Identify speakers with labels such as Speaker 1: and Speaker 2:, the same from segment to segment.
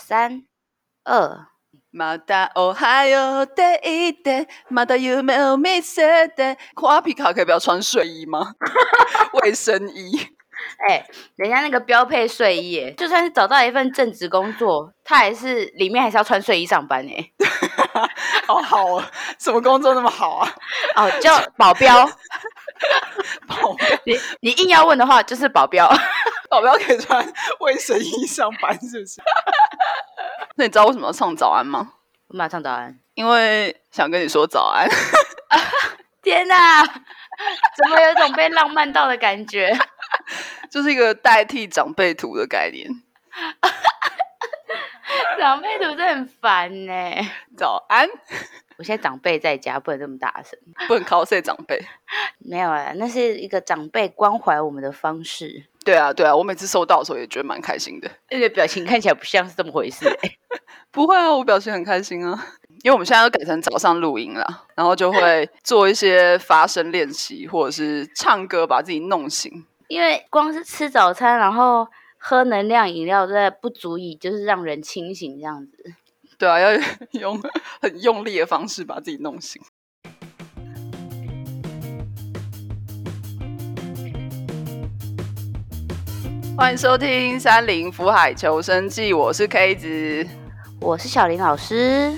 Speaker 1: 三二，
Speaker 2: またおはようって言って、また夢を見せて。夸皮卡可以不要穿睡衣吗？ 卫生衣。
Speaker 1: 哎、人家那个标配睡衣耶，就算是找到一份正职工作，他还是里面还是要穿睡衣上班哎。
Speaker 2: 好好啊，什么工作那么好啊？
Speaker 1: 哦，叫保镖，
Speaker 2: 保镖
Speaker 1: 你你硬要问的话就是保镖。
Speaker 2: 保镖哦可以穿卫生衣上班，是不是？ 那你知道为什么要唱早安吗？
Speaker 1: 我马上早安。
Speaker 2: 因为想跟你说早安。
Speaker 1: 天哪、怎么有一种被浪漫到的感觉？
Speaker 2: 就是一个代替长辈图的概念。
Speaker 1: 长辈图真的很烦呢、
Speaker 2: 早安，
Speaker 1: 我现在长辈在家，不能这么大声。
Speaker 2: 不能 cos 长辈。
Speaker 1: 没有啊，那是一个长辈关怀我们的方式。
Speaker 2: 对啊，对啊，我每次收到的时候也觉得蛮开心的。
Speaker 1: 那个表情看起来不像是这么回事、欸。
Speaker 2: 不会啊，我表现很开心啊， 因为我们现在都改成早上录音啦，然后就会做一些发声练习，或者是唱歌把自己弄醒。
Speaker 1: 因为光是吃早餐，然后喝能量饮料，这不足以就是让人清醒这样子。
Speaker 2: 对啊，要 用很用力的方式把自己弄醒。欢迎收听《山林福海求生记》，我是 K 子。
Speaker 1: 我是小林老师，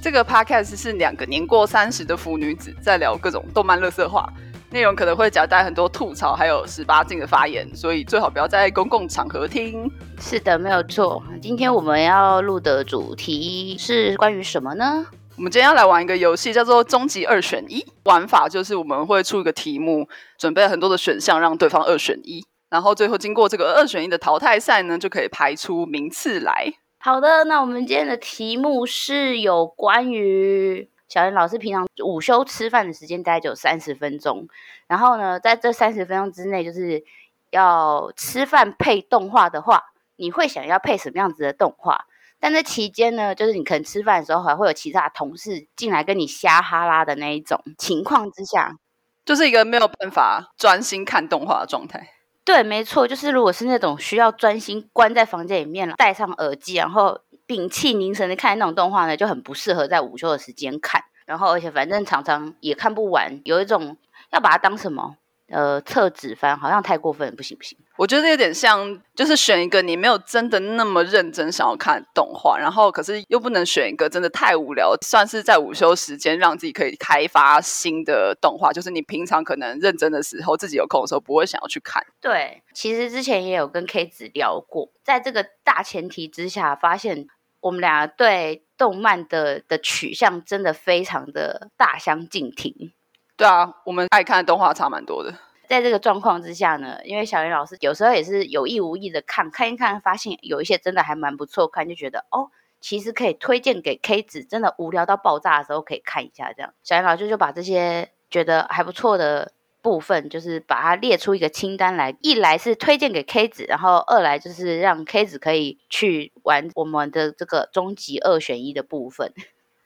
Speaker 2: 这个 podcast 是两个年过三十的腐女子在聊各种动漫乐色话，内容可能会夹带很多吐槽，还有十八禁的发言，所以最好不要在公共场合听。
Speaker 1: 是的，没有错。今天我们要录的主题是关于什么呢？
Speaker 2: 我们今天要来玩一个游戏，叫做“终极二选一”。玩法就是我们会出一个题目，准备很多的选项让对方二选一，然后最后经过这个二选一的淘汰赛呢，就可以排出名次来。
Speaker 1: 好的，那我们今天的题目是有关于小林老师平常午休吃饭的时间大概只有三十分钟，然后呢，在这三十分钟之内，就是要吃饭配动画的话，你会想要配什么样子的动画？但这期间呢，就是你可能吃饭的时候还会有其他的同事进来跟你瞎哈拉的那一种情况之下，
Speaker 2: 就是一个没有办法专心看动画的状态。
Speaker 1: 对，没错，就是如果是那种需要专心关在房间里面，戴上耳机，然后屏气凝神的看那种动画呢，就很不适合在午休的时间看。然后，而且反正常常也看不完，有一种要把它当什么呃厕纸翻，好像太过分了，不行不行。
Speaker 2: 我觉得有点像，就是选一个你没有真的那么认真想要看的动画，然后可是又不能选一个真的太无聊，算是在午休时间让自己可以开发新的动画，就是你平常可能认真的时候，自己有空的时候不会想要去看。
Speaker 1: 对，其实之前也有跟 K 子聊过，在这个大前提之下，发现我们俩对动漫的的取向真的非常的大相径庭。
Speaker 2: 对啊，我们爱看的动画差蛮多的。
Speaker 1: 在这个状况之下呢，因为小林老师有时候也是有意无意的看看一看，发现有一些真的还蛮不错看，就觉得哦，其实可以推荐给 K 子，真的无聊到爆炸的时候可以看一下。这样，小林老师就把这些觉得还不错的部分，就是把它列出一个清单来，一来是推荐给 K 子，然后二来就是让 K 子可以去玩我们的这个终极二选一的部分。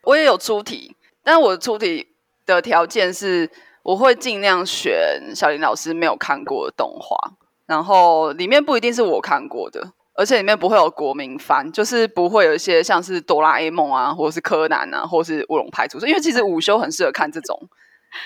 Speaker 2: 我也有出题，但我的出题的条件是，我会尽量选小林老师没有看过的动画，然后里面不一定是我看过的，而且里面不会有国民番，就是不会有一些像是哆啦 A 梦啊，或者是柯南啊，或者是乌龙派出所，因为其实午休很适合看这种。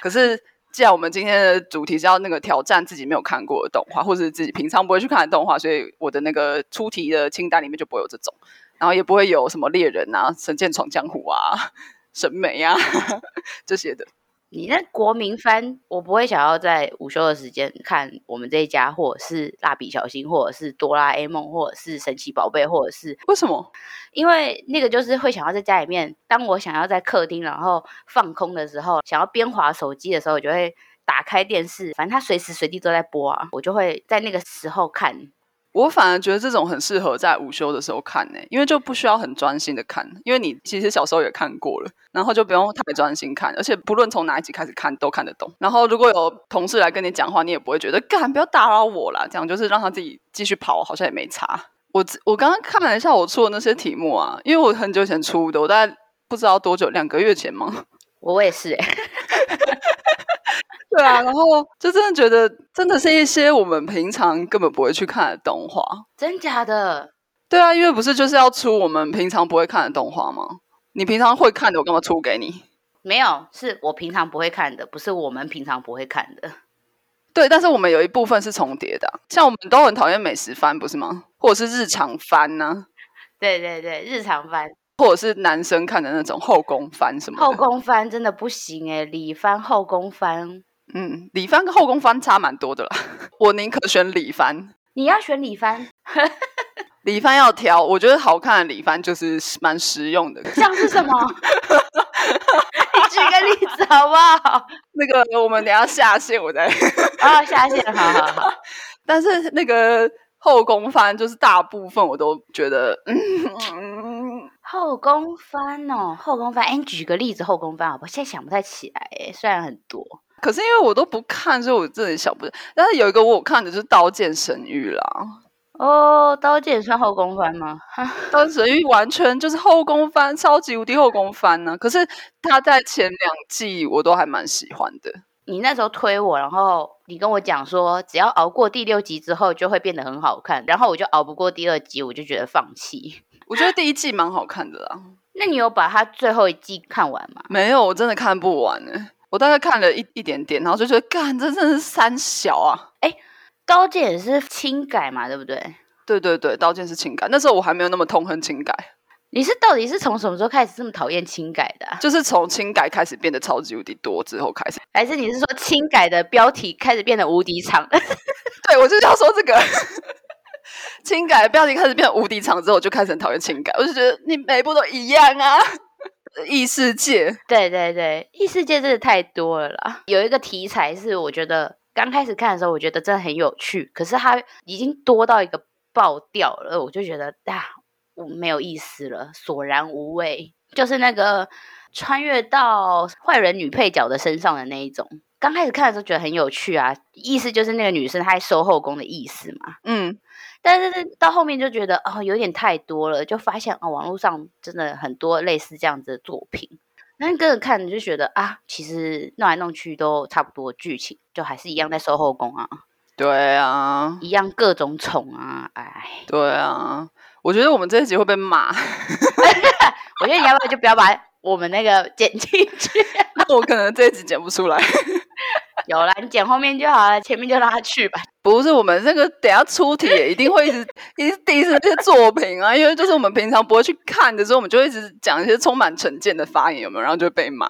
Speaker 2: 可是既然我们今天的主题是要那个挑战自己没有看过的动画，或者是自己平常不会去看的动画，所以我的那个出题的清单里面就不会有这种，然后也不会有什么猎人啊、神剑闯江湖啊。审美啊 这些的。
Speaker 1: 你那国民番，我不会想要在午休的时间看我们这一家，或者是蜡笔小新，或者是哆啦 A 梦，或者是神奇宝贝，或者是
Speaker 2: 为什么？
Speaker 1: 因为那个就是会想要在家里面，当我想要在客厅然后放空的时候，想要边滑手机的时候，我就会打开电视，反正它随时随地都在播啊，我就会在那个时候看。
Speaker 2: 我反而觉得这种很适合在午休的时候看呢、因为就不需要很专心的看，因为你其实小时候也看过了，然后就不用太专心看，而且不论从哪一集开始看都看得懂。然后如果有同事来跟你讲话，你也不会觉得干不要打扰我啦，这样就是让他自己继续跑，好像也没差。我自我刚刚看了一下我出的那些题目啊，因为我很久以前出的，我大概不知道多久，两个月前吗？
Speaker 1: 我也是、欸，
Speaker 2: 对啊，然后就真的觉得，真的是一些我们平常根本不会去看的动画。
Speaker 1: 真假的？
Speaker 2: 对啊，因为不是就是要出我们平常不会看的动画吗？你平常会看的，我干嘛出给你？
Speaker 1: 没有，是我平常不会看的，不是我们平常不会看的。
Speaker 2: 对，但是我们有一部分是重叠的啊、像我们都很讨厌美食番，不是吗？或者是日常番呢、
Speaker 1: 对对对，日常番、
Speaker 2: 或者是男生看的那种后宫番什么 的。
Speaker 1: 后宫番真的不行哎、里番、后宫番，
Speaker 2: 嗯，里番跟后宫番差蛮多的啦。 我宁可选里番，
Speaker 1: 你要选里 番，
Speaker 2: 里番要挑，我觉得好看的里番就是蛮实用的。
Speaker 1: 像是 什么？你举个例子好不 好？
Speaker 2: 那个我们等一下下线我再，
Speaker 1: 哦，下线，好好好，
Speaker 2: 但是那个后宫番就是大部分我都觉得，嗯，嗯
Speaker 1: 后宫番哦，后宫番，哎，你举个例子，后宫番好不好？现在想不太起来、欸，虽然很多，
Speaker 2: 可是因为我都不看，所以我真的想不。但是有一个我有看的就是《刀剑神域》啦，
Speaker 1: 哦，刀剑算后宫番吗？
Speaker 2: 《刀剑神域》完全就是后宫番，超级无敌后宫番呢、可是它在前两季我都还蛮喜欢的。
Speaker 1: 你那时候推我，然后你跟我讲说，只要熬过第六集之后就会变得很好看，然后我就熬不过第二集，我就觉得放弃。
Speaker 2: 我觉得第一季蛮好看的啦，
Speaker 1: 那你有把它最后一季看完吗？
Speaker 2: 没有，我真的看不完哎、我大概看了一一点点，然后就觉得，干，这真的是三小啊！
Speaker 1: 刀剑也是轻改嘛，对不对？
Speaker 2: 对对对，《刀剑》是情感，那时候我还没有那么痛恨情感，
Speaker 1: 你是到底是从什么时候开始这么讨厌轻改的啊、
Speaker 2: 就是从情感开始变得超级无敌多之后开始。
Speaker 1: 还是你是说轻改的标题开始变得无敌长？
Speaker 2: 对，我就是要说这个。 情感的标题开始变得无敌长之后，我就开始很讨厌情感，我就觉得你每一部都一样啊。异世界，
Speaker 1: 对对对，异世界真的太多了啦。有一个题材是我觉得刚开始看的时候，我觉得真的很有趣，可是它已经多到一个爆掉了，我就觉得啊，我没有意思了，索然无味。就是那个穿越到坏人女配角的身上的那一种。刚开始看的时候觉得很有趣啊，意思就是那个女生她在收后宫的意思嘛。
Speaker 2: 嗯，
Speaker 1: 但是到后面就觉得哦，有点太多了，就发现哦，网络上真的很多类似这样子的作品。那跟着看，你就觉得啊，其实弄来弄去都差不多剧情，就还是一样在收后宫啊，
Speaker 2: 对啊，
Speaker 1: 一样各种宠啊，哎，
Speaker 2: 对啊，我觉得我们这一集会被骂，
Speaker 1: 我觉得你要不要就不要把我们那个剪进去，
Speaker 2: 那我可能这一集剪不出来。
Speaker 1: 有啦，你剪后面就好了，前面就让他去吧。
Speaker 2: 不是我们这个等一下出题也一定会一直一直 diss 那些作品啊，因为就是我们平常不会去看的，所以我们就会一直讲一些充满成见的发言，有没有？然后就会被骂。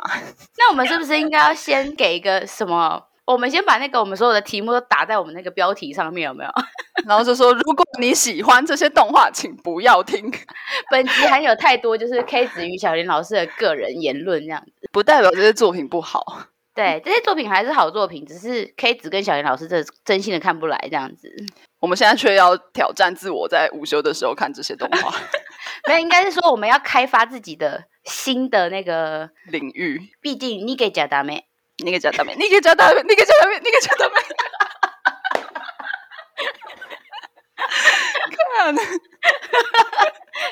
Speaker 1: 那我们是不是应该要先给一个什么？我们先把那个我们所有的题目都打在我们那个标题上面，有没有？
Speaker 2: 然后就说，如果你喜欢这些动画，请不要听，
Speaker 1: 本集含有太多就是 K 子与小林老师的个人言论这样子。
Speaker 2: 不代表这些作品不好。
Speaker 1: 对，这些作品还是好作品，只是 K 子跟小林老师这真心的看不来这样子。
Speaker 2: 我们现在却要挑战自我，在午休的时候看这些动画
Speaker 1: 没有，应该是说我们要开发自己的新的那个，
Speaker 2: 领域。
Speaker 1: 毕竟你给假达没？
Speaker 2: 那个叫大美，那个叫大美，那个叫大美，那个叫大美。看，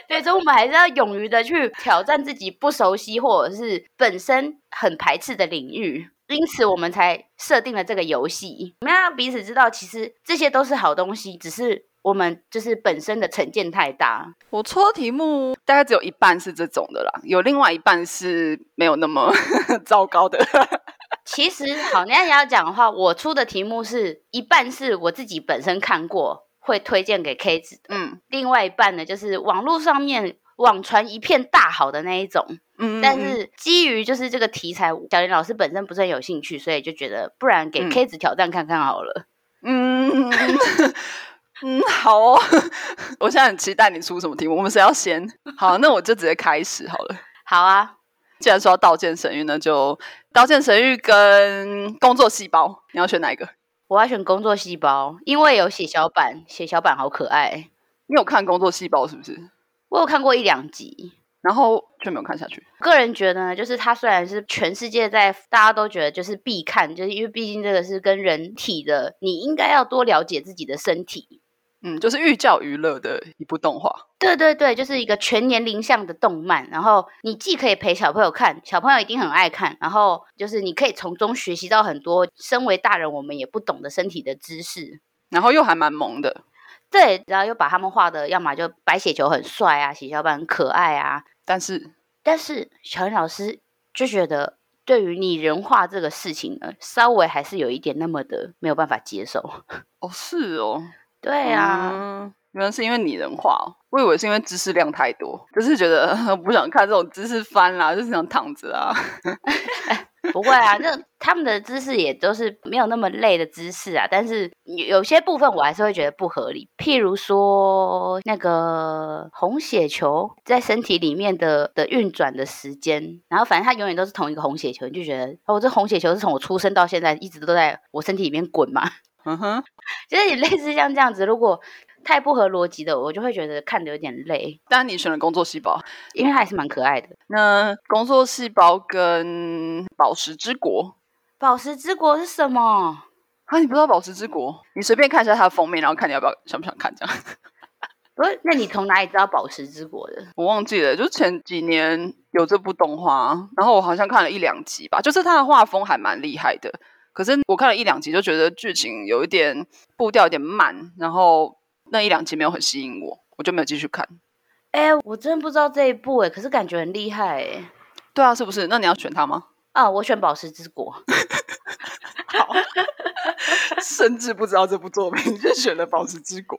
Speaker 1: 对，所以我们还是要勇于的去挑战自己不熟悉或者是本身很排斥的领域。因此，我们才设定了这个游戏，我们要让彼此知道，其实这些都是好东西，只是我们就是本身的成见太大。
Speaker 2: 我抽的题目大概只有一半是这种的啦，有另外一半是没有那么 糟糕的。
Speaker 1: 其实，好，那你要讲的话，我出的题目是一半是我自己本身看过，会推荐给 K 子的；
Speaker 2: 嗯
Speaker 1: 另外一半呢，就是网络上面网传一片大好的那一种。
Speaker 2: 嗯，
Speaker 1: 但
Speaker 2: 嗯
Speaker 1: 是基于就是这个题材，小林老师本身不是很有兴趣，所以就觉得不然给
Speaker 2: 嗯
Speaker 1: K 子挑战看看好了。
Speaker 2: 嗯嗯嗯嗯好哦。我现在很期待你出什么题目，我们谁要先？好，那我就直接开始好了。
Speaker 1: 好啊，
Speaker 2: 既然说到《刀剑神域》呢，就《刀剑神域》跟《工作细胞》，你要选哪一个？
Speaker 1: 我要选工作细胞，因为有血小板，血小板好可爱。
Speaker 2: 你有看《工作细胞》是不是？
Speaker 1: 我有看过一两集，
Speaker 2: 然后却没有看下去。
Speaker 1: 个人觉得呢，就是它虽然是全世界在大家都觉得就是必看，就是因为毕竟这个是跟人体的，你应该要多了解自己的身体。
Speaker 2: 嗯，就是寓教于乐的一部动画。
Speaker 1: 对对对，就是一个全年龄向的动漫，然后你既可以陪小朋友看，小朋友一定很爱看，然后就是你可以从中学习到很多身为大人我们也不懂的身体的知识。
Speaker 2: 然后又还蛮萌的，
Speaker 1: 对，然后又把他们画的，要么就白血球很帅啊，血小板很可爱啊。
Speaker 2: 但是
Speaker 1: 但是小云老师就觉得，对于拟人化这个事情呢，稍微还是有一点那么的没有办法接受。
Speaker 2: 哦，是哦，
Speaker 1: 对啊，
Speaker 2: 嗯，原来是因为拟人化、哦，我以为是因为知识量太多，就是觉得 呃不想看这种知识番啦，就是想躺着啊。
Speaker 1: 不会啊，那他们的知识也都是没有那么累的知识啊，但是有有些部分我还是会觉得不合理，譬如说那个红血球在身体里面的的运转的时间，然后反正它永远都是同一个红血球，你就觉得哦，这红血球是从我出生到现在一直都在我身体里面滚嘛，
Speaker 2: 嗯哼，
Speaker 1: 就是也类似像这样子，如果太不合逻辑的，我就会觉得看的有点累，
Speaker 2: 但你选了工作细胞，
Speaker 1: 因为它还是蛮可爱的。
Speaker 2: 那工作细胞跟宝石之国
Speaker 1: 宝石之国是什么？
Speaker 2: 啊，你不知道宝石之国？你随便看一下它的封面，然后看你要不要想不想看这样。
Speaker 1: 不是，那你从哪里知道宝石之国的？
Speaker 2: 我忘记了，就前几年有这部动画，然后我好像看了一两集吧，就是它的画风还蛮厉害的。可是我看了一两集就觉得剧情有一点步调有点慢，然后那一两集没有很吸引我，我就没有继续看。
Speaker 1: 哎、我真不知道这一部哎、可是感觉很厉害哎、
Speaker 2: 对啊，是不是？那你要选它吗？
Speaker 1: 啊，我选宝石之国。
Speaker 2: 甚至不知道这部作品，就选了《宝石之国》。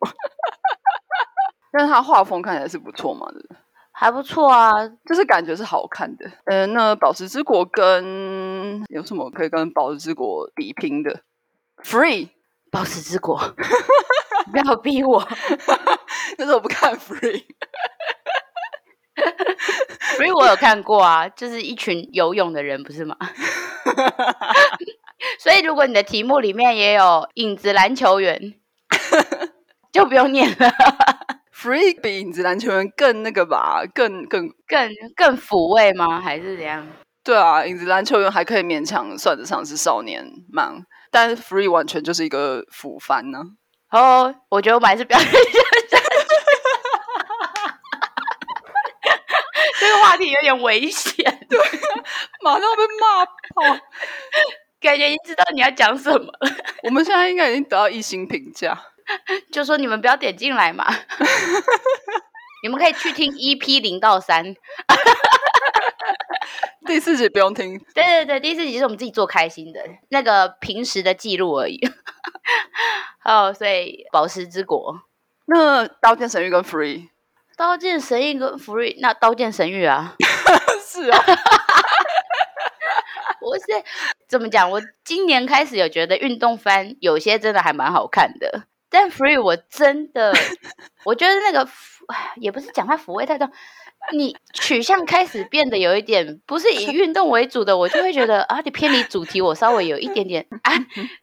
Speaker 2: 但是它画风看起来是不错嘛，对不对
Speaker 1: 还不错啊，
Speaker 2: 就是感觉是好看的。呃，那《宝石之国》跟有什么可以跟《宝石之国》比拼的？Free，
Speaker 1: 宝石之国， 不要逼我，
Speaker 2: 就是我不看 Free，
Speaker 1: 因为我有看过啊，就是一群游泳的人，不是吗？ 所以如果你的题目里面也有影子篮球员， 就不用念了，
Speaker 2: Free 比影子篮球员更那个吧，更更
Speaker 1: 更更抚慰吗？还是怎样？
Speaker 2: 对啊，影子篮球员还可以勉强算得上是少年漫，但是 Free 完全就是一个腐番啊呢、
Speaker 1: 哦，我觉得我们还是不要 这个话题有点危险，
Speaker 2: 马上被骂爆。
Speaker 1: 感觉已经知道你要讲什么了，
Speaker 2: 我们现在应该已经得到一星评价。
Speaker 1: 就说你们不要点进来嘛。 你们可以去听 EP 零到三，
Speaker 2: 第四集不用听，
Speaker 1: 对对对，第四集是我们自己做开心的，那个平时的记录而已。 哦，所以《宝石之国》《
Speaker 2: 那《刀剑神域》跟 Free
Speaker 1: 刀剑神域》跟《福瑞》，那《刀剑神域》啊，
Speaker 2: 是啊，
Speaker 1: 我是怎么讲？我今年开始有觉得运动番有些真的还蛮好看的，但 Free 我真的，我觉得那个抚也不是讲它抚慰太重，你取向开始变得有一点不是以运动为主的，我就会觉得啊，你偏离主题，我稍微有一点点啊，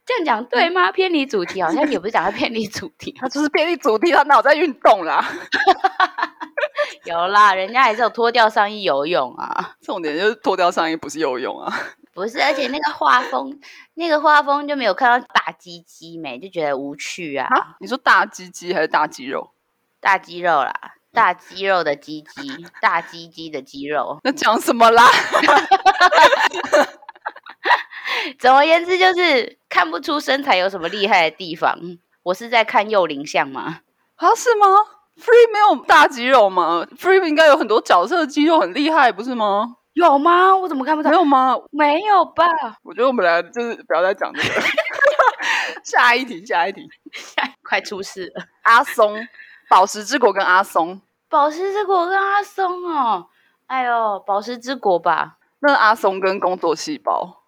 Speaker 1: 这样讲对吗？偏离主题好像也不是讲它偏离主题，
Speaker 2: 他就是偏离主题，他哪有在运动啦？
Speaker 1: 有啦，人家还是有脱掉上衣游泳啊。
Speaker 2: 重点就是脱掉上衣，不是游泳啊。
Speaker 1: 不是，而且那个画风，那个画风就没有看到大鸡鸡没，就觉得无趣啊，
Speaker 2: 啊，你说大鸡鸡还是大肌肉？
Speaker 1: 大肌肉啦，大肌肉的鸡鸡，大鸡鸡的肌肉。
Speaker 2: 那讲什么啦？
Speaker 1: 总而言之，就是看不出身材有什么厉害的地方。我是在看幼龄像吗？
Speaker 2: 啊，是吗？Free 没有大肌肉吗？Free 应该有很多角色的肌肉很厉害，不是吗？
Speaker 1: 有吗？我怎么看不
Speaker 2: 没？有吗？
Speaker 1: 没有吧？
Speaker 2: 我觉得我们俩就是不要再讲这个。 下一题，下一题。
Speaker 1: 快出事了！
Speaker 2: 阿松，宝石之国跟阿松，
Speaker 1: 宝石之国跟阿松哦，哎呦，宝石之国吧，
Speaker 2: 那阿松跟工作细胞，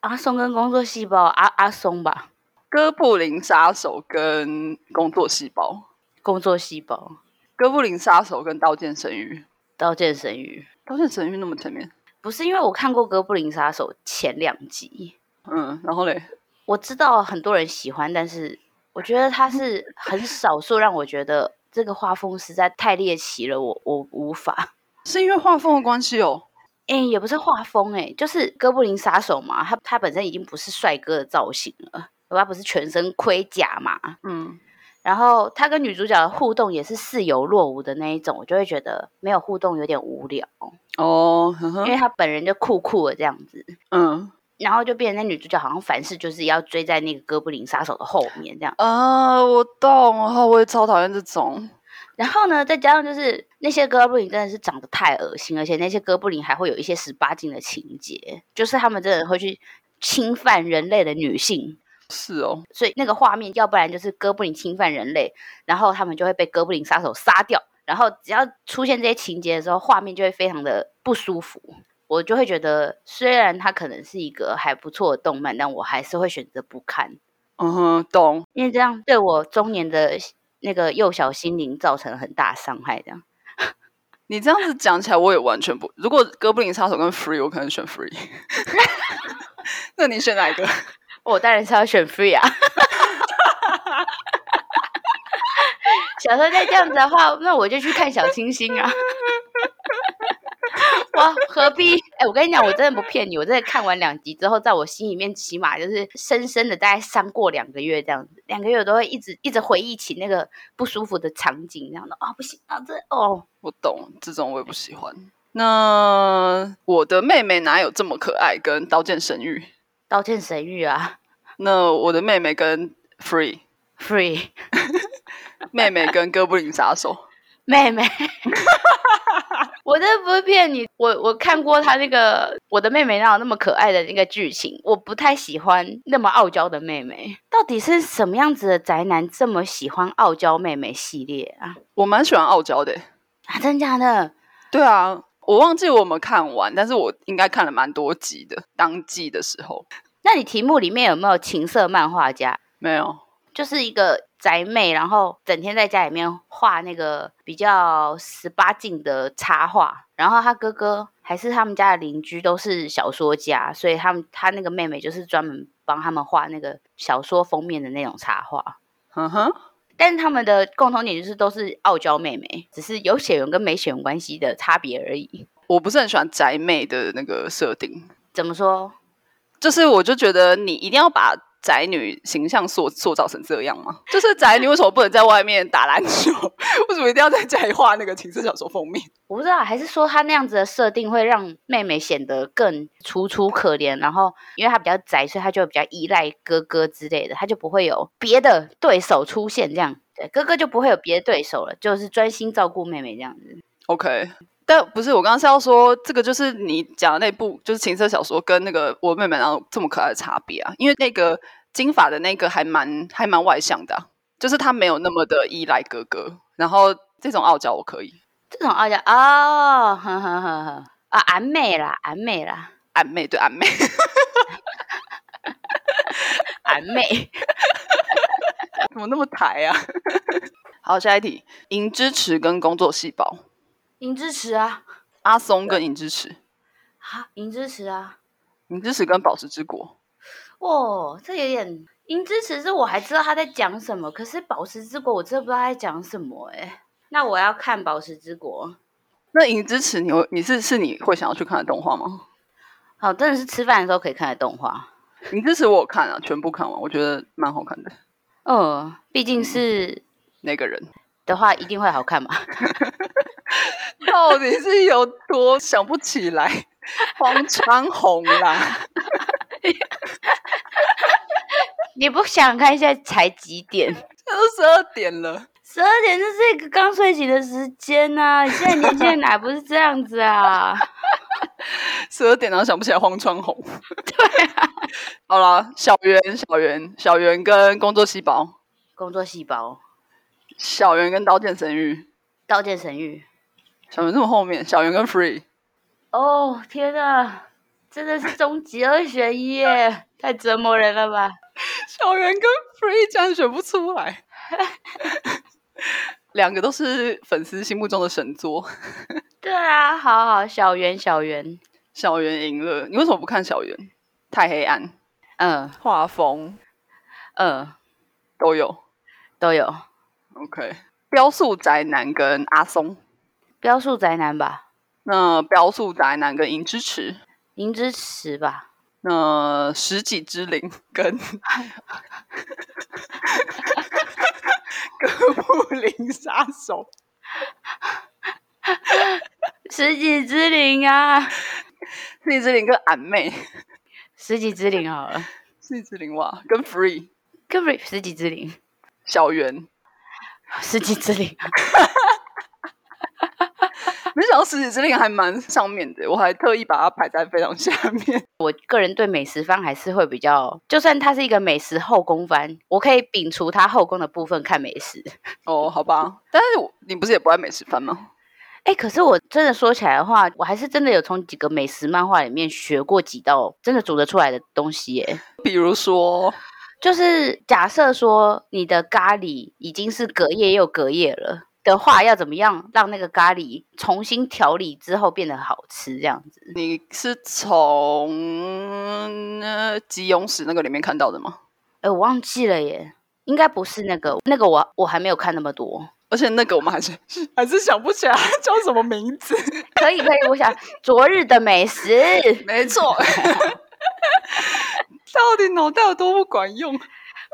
Speaker 1: 阿松跟工作细胞，阿阿松吧，
Speaker 2: 哥布林杀手跟工作细胞，
Speaker 1: 工作细胞，
Speaker 2: 哥布林杀手跟刀剑神域，
Speaker 1: 刀剑神域。
Speaker 2: 刀剑神域那么前面，
Speaker 1: 不是因为我看过《哥布林杀手》前两集，
Speaker 2: 嗯，然后嘞，
Speaker 1: 我知道很多人喜欢，但是我觉得它是很少数让我觉得这个画风实在太猎奇了，我我无法。
Speaker 2: 是因为画风的关系哦。
Speaker 1: 哎、也不是画风、欸，哎，就是哥布林杀手嘛，他他本身已经不是帅哥的造型了，他不是全身盔甲嘛，
Speaker 2: 嗯，
Speaker 1: 然后他跟女主角的互动也是似有若无的那一种，我就会觉得没有互动有点无聊，
Speaker 2: 哦，呵呵
Speaker 1: 因为他本人就酷酷的这样子。
Speaker 2: 嗯，
Speaker 1: 然后就变成那女主角好像凡事就是要追在那个哥布林杀手的后面这样。
Speaker 2: 啊、我懂，然后我也超讨厌这种，
Speaker 1: 然后呢，再加上就是那些哥布林真的是长得太恶心，而且那些哥布林还会有一些十八禁的情节，就是他们真的会去侵犯人类的女性。
Speaker 2: 是哦，
Speaker 1: 所以那个画面，要不然就是哥布林侵犯人类，然后他们就会被哥布林杀手杀掉。然后只要出现这些情节的时候，画面就会非常的不舒服。我就会觉得，虽然它可能是一个还不错的动漫，但我还是会选择不看，
Speaker 2: 嗯哼，懂，
Speaker 1: 因为这样对我中年的那个幼小心灵造成很大伤害。这样，
Speaker 2: 你这样子讲起来，我也完全不。如果哥布林杀手跟 Free，我可能选 Free。那你选哪一个？
Speaker 1: 我哦当然是要选 free 啊。 小时候再这样子的话，那我就去看小清新啊。 哇，何必？哎、我跟你讲，我真的不骗你，我真的看完两集之后，在我心里面起码就是深深的大概伤过两个月这样子，两个月我都会一直一直回忆起那个不舒服的场景，这样的啊、不行啊，这哦，
Speaker 2: 我懂，这种我也不喜欢。那我的妹妹哪有这么可爱？跟刀剑神域，
Speaker 1: 刀剑神域啊
Speaker 2: 那我的妹妹跟 Free，
Speaker 1: ，free
Speaker 2: 妹妹跟哥布林杀手，
Speaker 1: 妹 妹，我真的不是骗你，我我看过他那个《我的妹妹哪有那么可爱》的那个剧情，我不太喜欢那么傲娇的妹妹。到底是什么样子的宅男这么喜欢傲娇妹妹系列啊？
Speaker 2: 我蛮喜欢傲娇的欸、
Speaker 1: 啊，真假的？
Speaker 2: 对啊，我忘记我有没有看完，但是我应该看了蛮多集的。当季的时候
Speaker 1: 那你题目里面有没有情色漫画家？
Speaker 2: 没有，
Speaker 1: 就是一个宅妹，然后整天在家里面画那个比较十八禁的插画，然后她哥哥还是他们家的邻居都是小说家，所以他们他那个妹妹就是专门帮他们画那个小说封面的那种插画。
Speaker 2: 哼嗯哼，
Speaker 1: 但是他们的共同点就是都是傲娇妹妹，只是有血缘跟没血缘关系的差别而已。
Speaker 2: 我不是很喜欢宅妹的那个设定，
Speaker 1: 怎么说？
Speaker 2: 就是我就觉得你一定要把宅女形象塑塑造成这样吗？就是宅女为什么不能在外面打篮球？ 为什么一定要在家里画那个情色小说封面？
Speaker 1: 我不知道，还是说他那样子的设定会让妹妹显得更楚楚可怜，然后因为她比较宅，所以她就比较依赖哥哥之类的，她就不会有别的对手出现，这样对哥哥就不会有别的对手了，就是专心照顾妹妹这样子。
Speaker 2: OK，但不是我刚刚是要说，这个就是你讲的那部就是情色小说跟那个我妹妹然后这么可爱的差别啊，因为那个金发的那个还蛮还蛮外向的啊、就是她没有那么的依赖哥哥，然后这种傲娇我可以，
Speaker 1: 这种傲娇哦，呵呵呵呵啊，俺妹啦，俺妹啦，
Speaker 2: 俺妹对俺妹，
Speaker 1: 俺妹
Speaker 2: 怎么那么抬啊？ 好，下一题，银之匙跟工作细胞，
Speaker 1: 银之匙啊，
Speaker 2: 阿松跟银之匙，
Speaker 1: 啊，银之匙啊，
Speaker 2: 银之匙跟宝石之国，
Speaker 1: 哦，这有点银之匙是我还知道他在讲什么，可是宝石之国我真的不知道他在讲什么哎、那我要看宝石之国，
Speaker 2: 那银之匙你会你是是你会想要去看的动画吗？
Speaker 1: 好，真的是吃饭的时候可以看的动画。
Speaker 2: 银之匙我有看啊，全部看完，我觉得蛮好看的。
Speaker 1: 嗯，毕竟是
Speaker 2: 那个人
Speaker 1: 的话一定会好看嘛。
Speaker 2: 到底是有多想不起来？黄长红啦，
Speaker 1: 你不想看一下才几点？
Speaker 2: 现在都十二点了。
Speaker 1: 十二点就是一个刚睡醒的时间呐、啊，现在年轻人哪不是这样子啊？
Speaker 2: 十二点，然后想不起来荒川红。对、好啦，小圆，小圆，小圆跟工作细胞，
Speaker 1: 工作细胞，
Speaker 2: 小圆跟刀剑神域，
Speaker 1: 刀剑神域。
Speaker 2: 小圆这么后面，小圆跟 Free，
Speaker 1: 哦，天呐，真的是终极二选一耶，太折磨人了吧！
Speaker 2: 小圆跟 Free 竟然选不出来， 两个都是粉丝心目中的神作。
Speaker 1: 对啊，好好，小圆小圆，
Speaker 2: 小圆赢了，你为什么不看小圆？太黑暗，
Speaker 1: 嗯
Speaker 2: 画风
Speaker 1: 嗯，
Speaker 2: 都有。
Speaker 1: 都有。
Speaker 2: OK，雕塑宅男跟阿松，
Speaker 1: 标速宅男吧，
Speaker 2: 那雕塑宅男跟银之匙，
Speaker 1: 银之匙吧，
Speaker 2: 那十几之灵 跟哥布林杀手，
Speaker 1: 十几之灵啊，啊
Speaker 2: 十几之灵跟俺妹，
Speaker 1: 十级之灵好了，
Speaker 2: 四只灵蛙跟 Free
Speaker 1: 根本十级之灵，
Speaker 2: 小圆，
Speaker 1: 十级之灵，啊
Speaker 2: 没想到十几之灵还蛮上面的，我还特意把它排在非常下面。
Speaker 1: 我个人对美食番还是会比较，就算它是一个美食后宫番，我可以摒除它后宫的部分看美食。
Speaker 2: 哦，好吧，但是我你不是也不爱美食番吗？
Speaker 1: 哎，可是我真的说起来的话，我还是真的有从几个美食漫画里面学过几道真的煮得出来的东西耶。
Speaker 2: 比如说，
Speaker 1: 就是假设说你的咖喱已经是隔夜又隔夜了的话，要怎么样让那个咖喱重新调理之后变得好吃？这样子，
Speaker 2: 你是从呃吉永史那个里面看到的吗？
Speaker 1: 哎，我忘记了耶，应该不是那个，那个我我还没有看那么多。
Speaker 2: 而且那个我们还是还是想不起来它叫什么名字。
Speaker 1: 可以可以，我想昨日的美食，
Speaker 2: 没错， 到底脑袋有多不管用？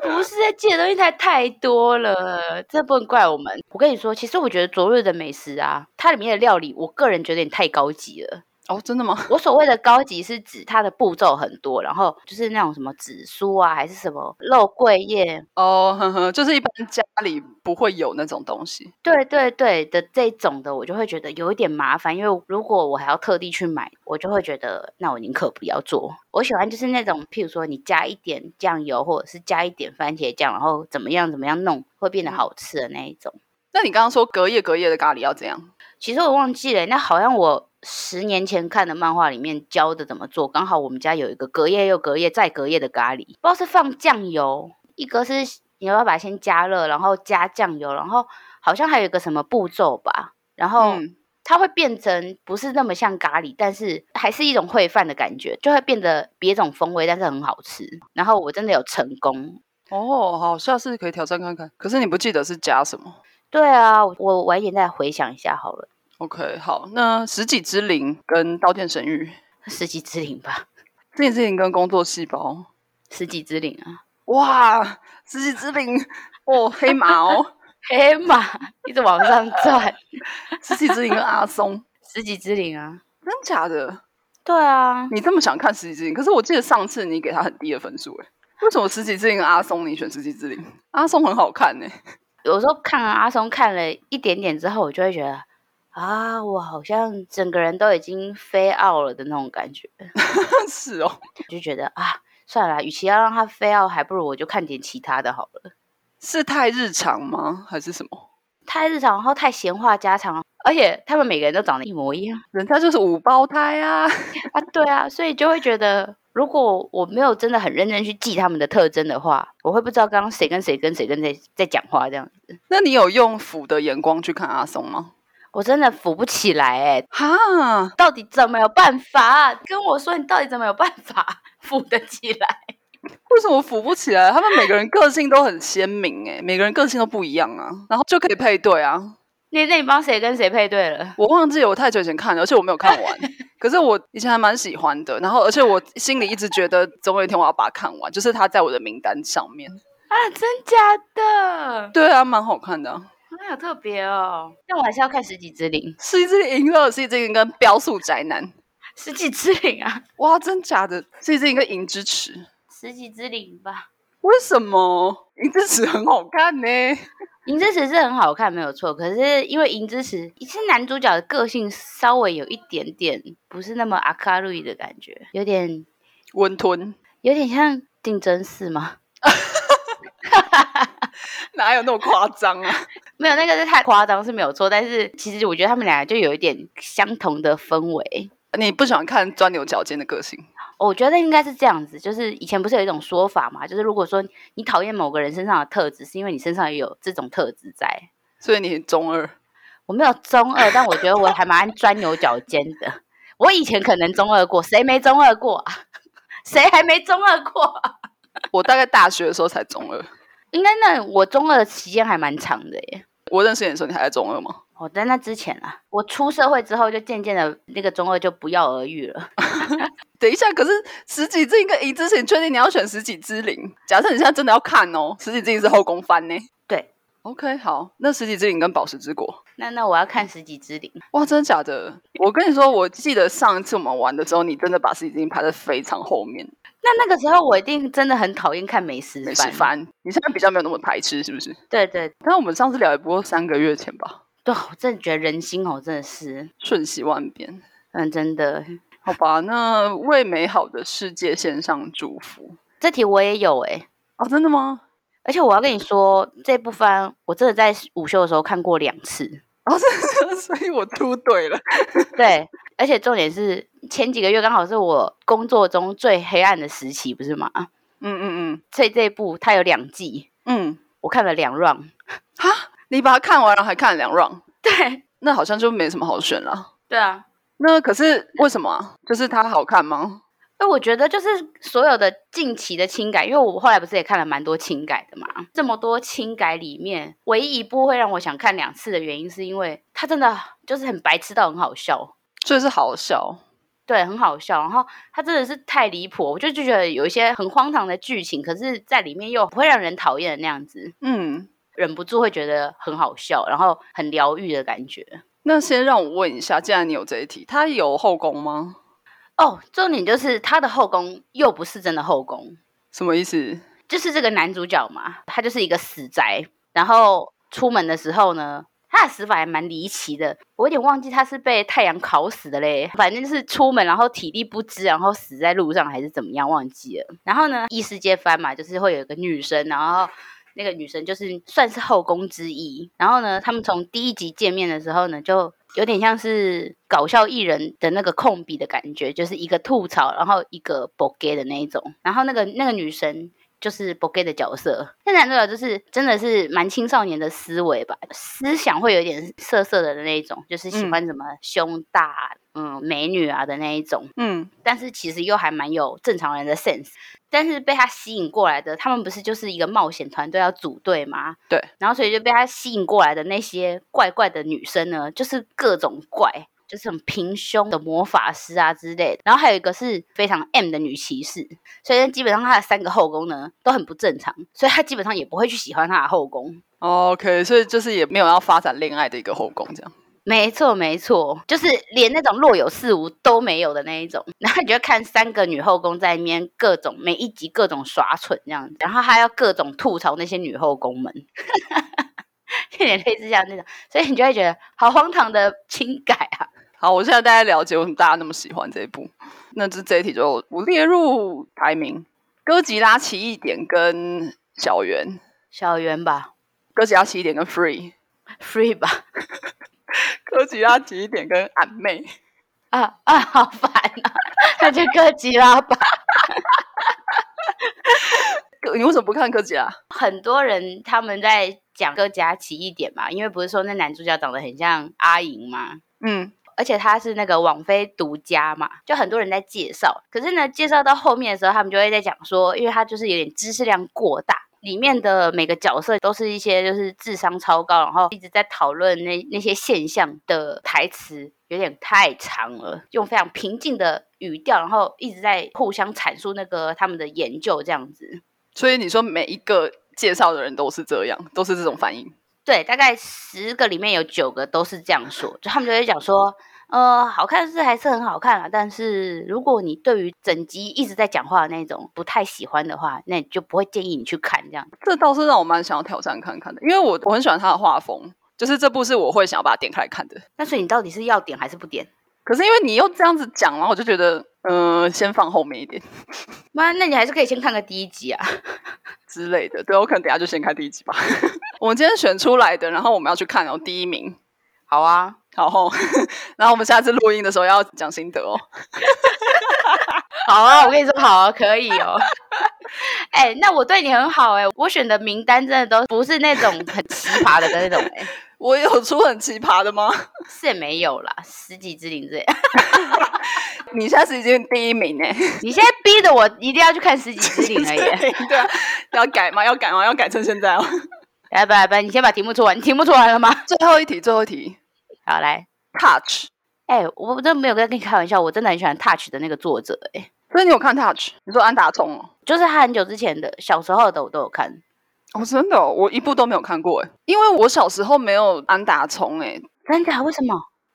Speaker 1: 不是记的东西太太多了，这不能怪我们。我跟你说，其实我觉得昨日的美食啊，它里面的料理，我个人觉得有点太高级了。
Speaker 2: 哦，真的吗？
Speaker 1: 我所谓的高级是指它的步骤很多，然后就是那种什么紫苏啊，还是什么肉桂叶，
Speaker 2: 哦，呵呵，就是一般家里不会有那种东西。
Speaker 1: 对对对的这种的，我就会觉得有一点麻烦，因为如果我还要特地去买，我就会觉得那我宁可不要做。我喜欢就是那种，譬如说你加一点酱油，或者是加一点番茄酱，然后怎么样怎么样弄，会变得好吃的那一种。
Speaker 2: 那你刚刚说隔夜隔夜的咖喱要怎样？
Speaker 1: 其实我忘记了，那好像我十年前看的漫画里面教的怎么做。刚好我们家有一个隔夜又隔夜再隔夜的咖喱，不知道是放酱油，一个是你要把它先加热，然后加酱油，然后好像还有一个什么步骤吧，然后
Speaker 2: 嗯，
Speaker 1: 它会变成不是那么像咖喱，但是还是一种烩饭的感觉，就会变得别种风味，但是很好吃。然后我真的有成功。
Speaker 2: 哦，好，下次可以挑战看看。可是你不记得是加什么
Speaker 1: 对啊，我我晚一点再回想一下好了，
Speaker 2: ？OK，好，那十几之灵跟刀剑神域，
Speaker 1: 十级之灵吧，
Speaker 2: 十几之灵跟工作细胞，
Speaker 1: 十级之灵啊，
Speaker 2: 哇，十几之灵哦，黑马哦，
Speaker 1: 黑马一直往上窜。
Speaker 2: 十几之灵跟阿松，
Speaker 1: 十级之灵啊。
Speaker 2: 真假的？
Speaker 1: 对啊，
Speaker 2: 你这么想看十几之灵，可是我记得上次你给他很低的分数哎，为什么十几之灵跟阿松你选十几之灵？阿松很好看呢、欸
Speaker 1: 有时候看了阿松看了一点点之后，我就会觉得啊，我好像整个人都已经飞 out 了的那种感觉，
Speaker 2: 是哦，
Speaker 1: 就觉得啊，算了，与其要让他飞 out，还不如我就看点其他的好了。
Speaker 2: 是太日常吗？还是什么？
Speaker 1: 太日常，然后太闲话家常，而且他们每个人都长得一模一样
Speaker 2: 人家就是五胞胎啊。
Speaker 1: 啊，对啊，所以就会觉得，如果我没有真的很认真去记他们的特征的话，我会不知道刚刚谁跟谁跟谁跟谁在讲话这样。
Speaker 2: 那你有用腐的眼光去看阿松吗？
Speaker 1: 我真的扶不起来哎、
Speaker 2: 哈，
Speaker 1: 到底怎么有办法？跟我说你到底怎么有办法扶得起来？
Speaker 2: 为什么腐不起来？他们每个人个性都很鲜明、欸，每个人个性都不一样啊，然后就可以配对啊。
Speaker 1: 那那你帮谁跟谁配对了？
Speaker 2: 我忘记了我太久以前看了，而且我没有看完。可是我以前还蛮喜欢的，然后而且我心里一直觉得，总有一天我要把它看完，就是它在我的名单上面。
Speaker 1: 啊，真假的？
Speaker 2: 对啊，蛮好看的、啊。
Speaker 1: 那有特别哦。但我还是要看《十级之灵》，
Speaker 2: 是一只赢了，是一只跟标速宅男。
Speaker 1: 《十级之灵》啊，
Speaker 2: 哇，真假的？是一只跟银之匙。
Speaker 1: 《 十级之灵》吧。
Speaker 2: 为什么银之匙很好看呢？
Speaker 1: 银之匙是很好看，没有错。可是因为银之匙，其实男主角的个性稍微有一点点不是那么阿卡路伊的感觉，有点
Speaker 2: 温吞
Speaker 1: 有点像定真寺吗？
Speaker 2: 哪有那么夸张啊？
Speaker 1: 没有，那个是太夸张是没有错，但是其实我觉得他们俩就有一点相同的氛围。 哦
Speaker 2: 你不喜欢看钻牛角尖的个性，
Speaker 1: 我觉得应该是这样子，就是以前不是有一种说法嘛，就是如果说你讨厌某个人身上的特质，是因为你身上也有这种特质在。
Speaker 2: 所以你很中二。
Speaker 1: 我没有中二，但我觉得我还蛮钻牛角尖的。我以前可能中二过，谁没中二过啊？ 谁还没中二过啊？
Speaker 2: 我大概大学的时候才中二，
Speaker 1: 应该那我中二的期间还蛮长的耶。
Speaker 2: 我认识你的时候你还在中二吗？
Speaker 1: 我在那之前啊，我出社会之后就渐渐的那个中二就不药而愈了。
Speaker 2: 等一下，可是十几只跟银之匙，你确定你要选十几只灵？假设你现在真的要看哦，十几只灵是后宫番呢。
Speaker 1: 对
Speaker 2: ，OK，好，那十几只灵跟宝石之国，
Speaker 1: 那那我要看十几之灵。
Speaker 2: 哇，真的假的？我跟你说，我记得上一次我们玩的时候，你真的把十几只灵排在非常后面。
Speaker 1: 那那个时候我一定真的很讨厌看美食
Speaker 2: 美食
Speaker 1: 番，
Speaker 2: 番，你现在比较没有那么排斥，是不是？
Speaker 1: 对对
Speaker 2: 但我们上次聊也不过三个月前吧，
Speaker 1: 对，我真的觉得人心哦，真的是，
Speaker 2: 瞬息万变。
Speaker 1: 嗯，真的。
Speaker 2: 好吧，那为美好的世界献上祝福
Speaker 1: 这题我也有诶、
Speaker 2: 啊！真的吗？
Speaker 1: 而且我要跟你说，这部番我真的在午休的时候看过两次。
Speaker 2: 啊，这 所以我秃对了。
Speaker 1: 对，而且重点是前几个月刚好是我工作中最黑暗的时期，不是吗？
Speaker 2: 嗯嗯
Speaker 1: 所以这一部它有两季，
Speaker 2: 嗯嗯，
Speaker 1: 我看了两 round。
Speaker 2: 哈，你把它看完了还看了两 round，
Speaker 1: 对，
Speaker 2: 那好像就没什么好选了。
Speaker 1: 对啊。
Speaker 2: 那可是为什么啊？就是它好看吗？
Speaker 1: 哎，我觉得就是所有的近期的轻改，因为我后来不是也看了蛮多轻改的嘛，这么多轻改里面，唯一一部会让我想看两次的原因，是因为它真的就是很白痴到很好笑，
Speaker 2: 就是好笑。
Speaker 1: 对，很好笑。然后它真的是太离谱，我就就觉得有一些很荒唐的剧情，可是在里面又不会让人讨厌的那样子，
Speaker 2: 嗯，
Speaker 1: 忍不住会觉得很好笑，然后很疗愈的感觉。
Speaker 2: 那先让我问一下，既然你有这一题，它有后宫吗？
Speaker 1: 哦，重点就是他的后宫又不是真的后宫，
Speaker 2: 什么意思？
Speaker 1: 就是这个男主角嘛，他就是一个死宅，然后出门的时候呢，他的死法还蛮离奇的，我有点忘记他是被太阳烤死的嘞，反正就是出门然后体力不支，然后死在路上还是怎么样，忘记了。然后呢，异世界番嘛，就是会有一个女生，然后。那个女生就是算是后宫之一，然后呢，他们从第一集见面的时候呢，就有点像是搞笑艺人的那个控笔的感觉，就是一个吐槽，然后一个 b o g 的那一种。然后那个那个女生就是 b o g 的角色，那男主角就是真的是蛮青少年的思维吧，思想会有点涩涩的那一种，就是喜欢什么胸大啊、嗯美女啊的那一种。
Speaker 2: 嗯，
Speaker 1: 但是其实又还蛮有正常人的 sense。但是被他吸引过来的，他们不是就是一个冒险团队要组队吗？
Speaker 2: 对，
Speaker 1: 然后所以就被他吸引过来的那些怪怪的女生呢，就是各种怪，就是很平胸的魔法师啊之类的。然后还有一个是非常 M 的女骑士，所以基本上他的三个后宫呢都很不正常，所以他基本上也不会去喜欢他的后宫。
Speaker 2: 哦 OK，所以就是也没有要发展恋爱的一个后宫这样。
Speaker 1: 没错，没错，就是连那种若有似无都没有的那一种。 然后你就看三个女后宫在里面各种每一集各种耍蠢这样子，然后还要各种吐槽那些女后宫们， 有点类似像那种，所以你就会觉得好荒唐的情改啊。
Speaker 2: 好，我现在大概了解为什么大家那么喜欢这一部。那这这一题就我列入排名，哥吉拉奇异点跟小圆，
Speaker 1: 小圆吧
Speaker 2: 哥吉拉奇异点跟 Free，
Speaker 1: ，free 吧，
Speaker 2: 哥吉拉奇异点跟俺妹。
Speaker 1: 啊啊，好烦啊，那就哥吉拉吧。
Speaker 2: 哥你为什么不看哥吉拉？
Speaker 1: 很多人他们在讲哥吉拉奇异点嘛，因为不是说那男主角长得很像阿银吗？
Speaker 2: 嗯，
Speaker 1: 而且它是那个网飞独家嘛，就很多人在介绍。可是呢，介绍到后面的时候，他们就会在讲说，因为它就是有点知识量过大，里面的每个角色都是一些就是智商超高，然后一直在讨论那那些现象的台词。有点太长了，用非常平静的语调，然后一直在互相阐述那个他们的研究这样子。
Speaker 2: 所以你说每一个介绍的人都是这样，都是这种反应。
Speaker 1: 对，大概十个里面有九个都是这样说，就他们就会讲说，呃，好看是还是很好看啊，但是如果你对于整集一直在讲话的那种不太喜欢的话，那你就不会建议你去看这样。
Speaker 2: 这倒是让我蛮想要挑战看看的，因为我我很喜欢他的画风，就是这部是我会想要把它点开来看的。
Speaker 1: 那所以你到底是要点还是不点？
Speaker 2: 可是因为你又这样子讲，然后我就觉得，嗯、先放后面一点
Speaker 1: 妈，那你还是可以先看个第一集啊。
Speaker 2: 之类的。对，我可能等一下就先看第一集吧。 我们今天选出来的，然后我们要去看哦，第一名。
Speaker 1: 好啊，
Speaker 2: 然后，然后我们下次录音的时候要讲心得哦。
Speaker 1: 好啊，我跟你说好啊，可以哦。哎、那我对你很好哎、我选的名单真的都不是那种很奇葩的那种哎、
Speaker 2: 我有出很奇葩的吗？
Speaker 1: 是也没有啦，十几之灵这样。
Speaker 2: 你现在是已经第一名呢、欸
Speaker 1: 你现在逼得我一定要去看十几之灵了耶。
Speaker 2: 对啊，要改吗？要改吗？要改成现在哦。
Speaker 1: 来吧来吧，你先把题目出完，你题目出完了吗？
Speaker 2: 最后一题，最后一题
Speaker 1: 好来，
Speaker 2: ，Touch。
Speaker 1: 哎、我真的没有在跟你开玩笑，我真的很喜欢 Touch 的那个作者、哎，
Speaker 2: 所以你有看 Touch？你说安达充哦？
Speaker 1: 就是他很久之前的，小时候的我都有看。
Speaker 2: 哦，真的、欸哦，我一部都没有看过哎，因为我小时候没有安达充哎，
Speaker 1: 真的啊？为什么？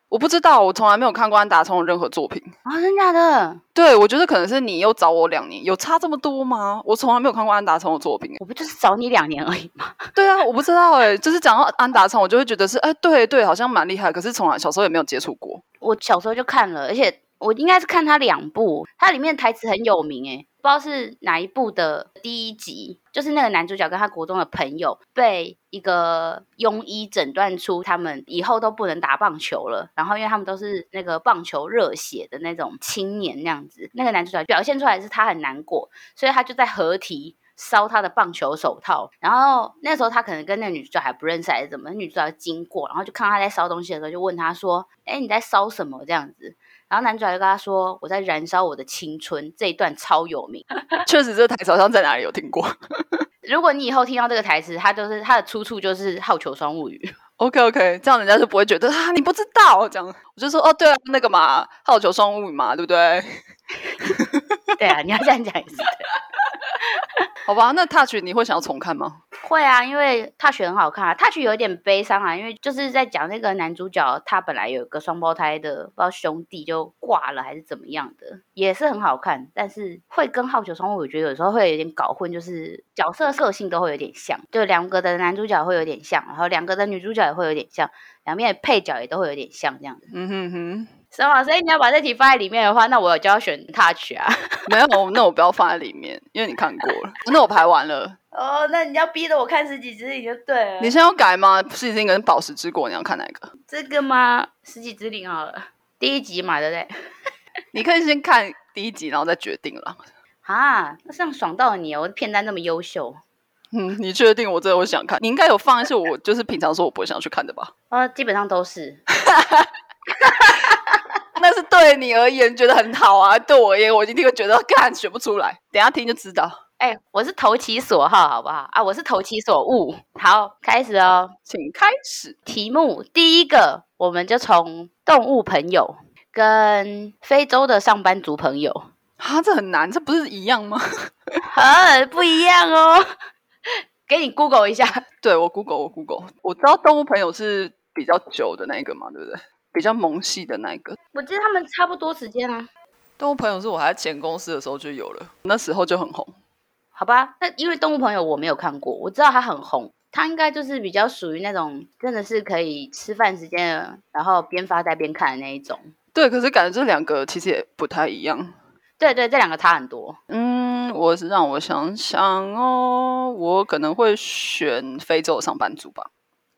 Speaker 2: 我不知道，我从来没有看过安达充的任何作品。
Speaker 1: 啊、真假的？
Speaker 2: 对，我觉得可能是你又早我两年，有差这么多吗？我从来没有看过安达充的作品。欸
Speaker 1: 我不就是找你两年而已吗？
Speaker 2: 对啊，我不知道哎、就是讲到安达充，我就会觉得是哎、对对，好像蛮厉害，可是从来小时候也没有接触过。
Speaker 1: 我小时候就看了，而且我应该是看他两部，它里面的台词很有名诶、不知道是哪一部的第一集，就是那个男主角跟他国中的朋友被一个庸医诊断出他们以后都不能打棒球了，然后因为他们都是那个棒球热血的那种青年那样子，那个男主角表现出来是他很难过，所以他就在合体。烧他的棒球手套，然后那时候他可能跟那个女主角还不认识还是怎么，女主角经过，然后就看他在烧东西的时候，就问他说：“哎，你在烧什么？”这样子，然后男主角就跟他说：“我在燃烧我的青春。”这一段超有名。
Speaker 2: 确实，这台词好像在哪里有听过。
Speaker 1: 如果你以后听到这个台词，它就是它的出处就是《好球双物语
Speaker 2: OK OK，这样人家就不会觉得啊你不知道这样。我就说哦对啊，那个嘛，好球双物语嘛，对不对？》。
Speaker 1: 对啊，你要这样讲也是。
Speaker 2: 好吧，那 Touch 你会想要重看吗？
Speaker 1: 会啊，因为踏雪很好看啊，踏雪有一点悲伤啊，因为就是在讲那个男主角他本来有一个双胞胎的，不知道兄弟就挂了还是怎么样的，也是很好看，但是会跟好球双物语我觉得有时候会有点搞混，就是角色个性都会有点像，就两个的男主角会有点像，然后两个的女主角也会有点像，两边的配角也都会有点像这样子。
Speaker 2: 嗯哼哼，
Speaker 1: 是吗？所以你要把这题放在里面的话，那我就要选 touch 啊。
Speaker 2: 没有，那我不要放在里面，因为你看过了。 那我排完了，
Speaker 1: 哦，那你要逼得我看十几只你就对了
Speaker 2: 你现在要改吗？是已经跟宝石之国，你要看哪一个？
Speaker 1: 这个吗？十几只灵好了，第一集嘛，对不对？
Speaker 2: 你可以先看第一集，然后再决定啦。
Speaker 1: 啊，那这样爽到你哦！我的片单那么优秀，
Speaker 2: 嗯，你确定我真的会想看？你应该有放一些我就是平常说我不会想去看的吧？
Speaker 1: 啊，基本上都是。
Speaker 2: 那是对你而言觉得很好啊，对我而言我一定会觉得干选不出来，等一下听就知道。
Speaker 1: 哎、我是投其所好，好不好？啊，我是投其所恶。好，开始哦。
Speaker 2: 请开始。
Speaker 1: 题目第一个，我们就从动物朋友跟非洲的上班族朋友，
Speaker 2: 啊，这很难，这不是一样吗？
Speaker 1: 啊，不一样哦。 给你 Google 一下，
Speaker 2: 对我 Google 我 Google，我知道动物朋友是比较久的那一个嘛，对不对？比较萌系的那一个
Speaker 1: 我记得他们差不多时间啊。
Speaker 2: 动物朋友是我还在前公司的时候就有了，那时候就很红。
Speaker 1: 好吧，那因为动物朋友我没有看过，我知道它很红，它应该就是比较属于那种真的是可以吃饭时间，然后边发呆边看的那一种。
Speaker 2: 对，可是感觉这两个其实也不太一样。
Speaker 1: 对对，这两个差很多。
Speaker 2: 嗯，我是让我想想哦，我可能会选非洲的上班族吧。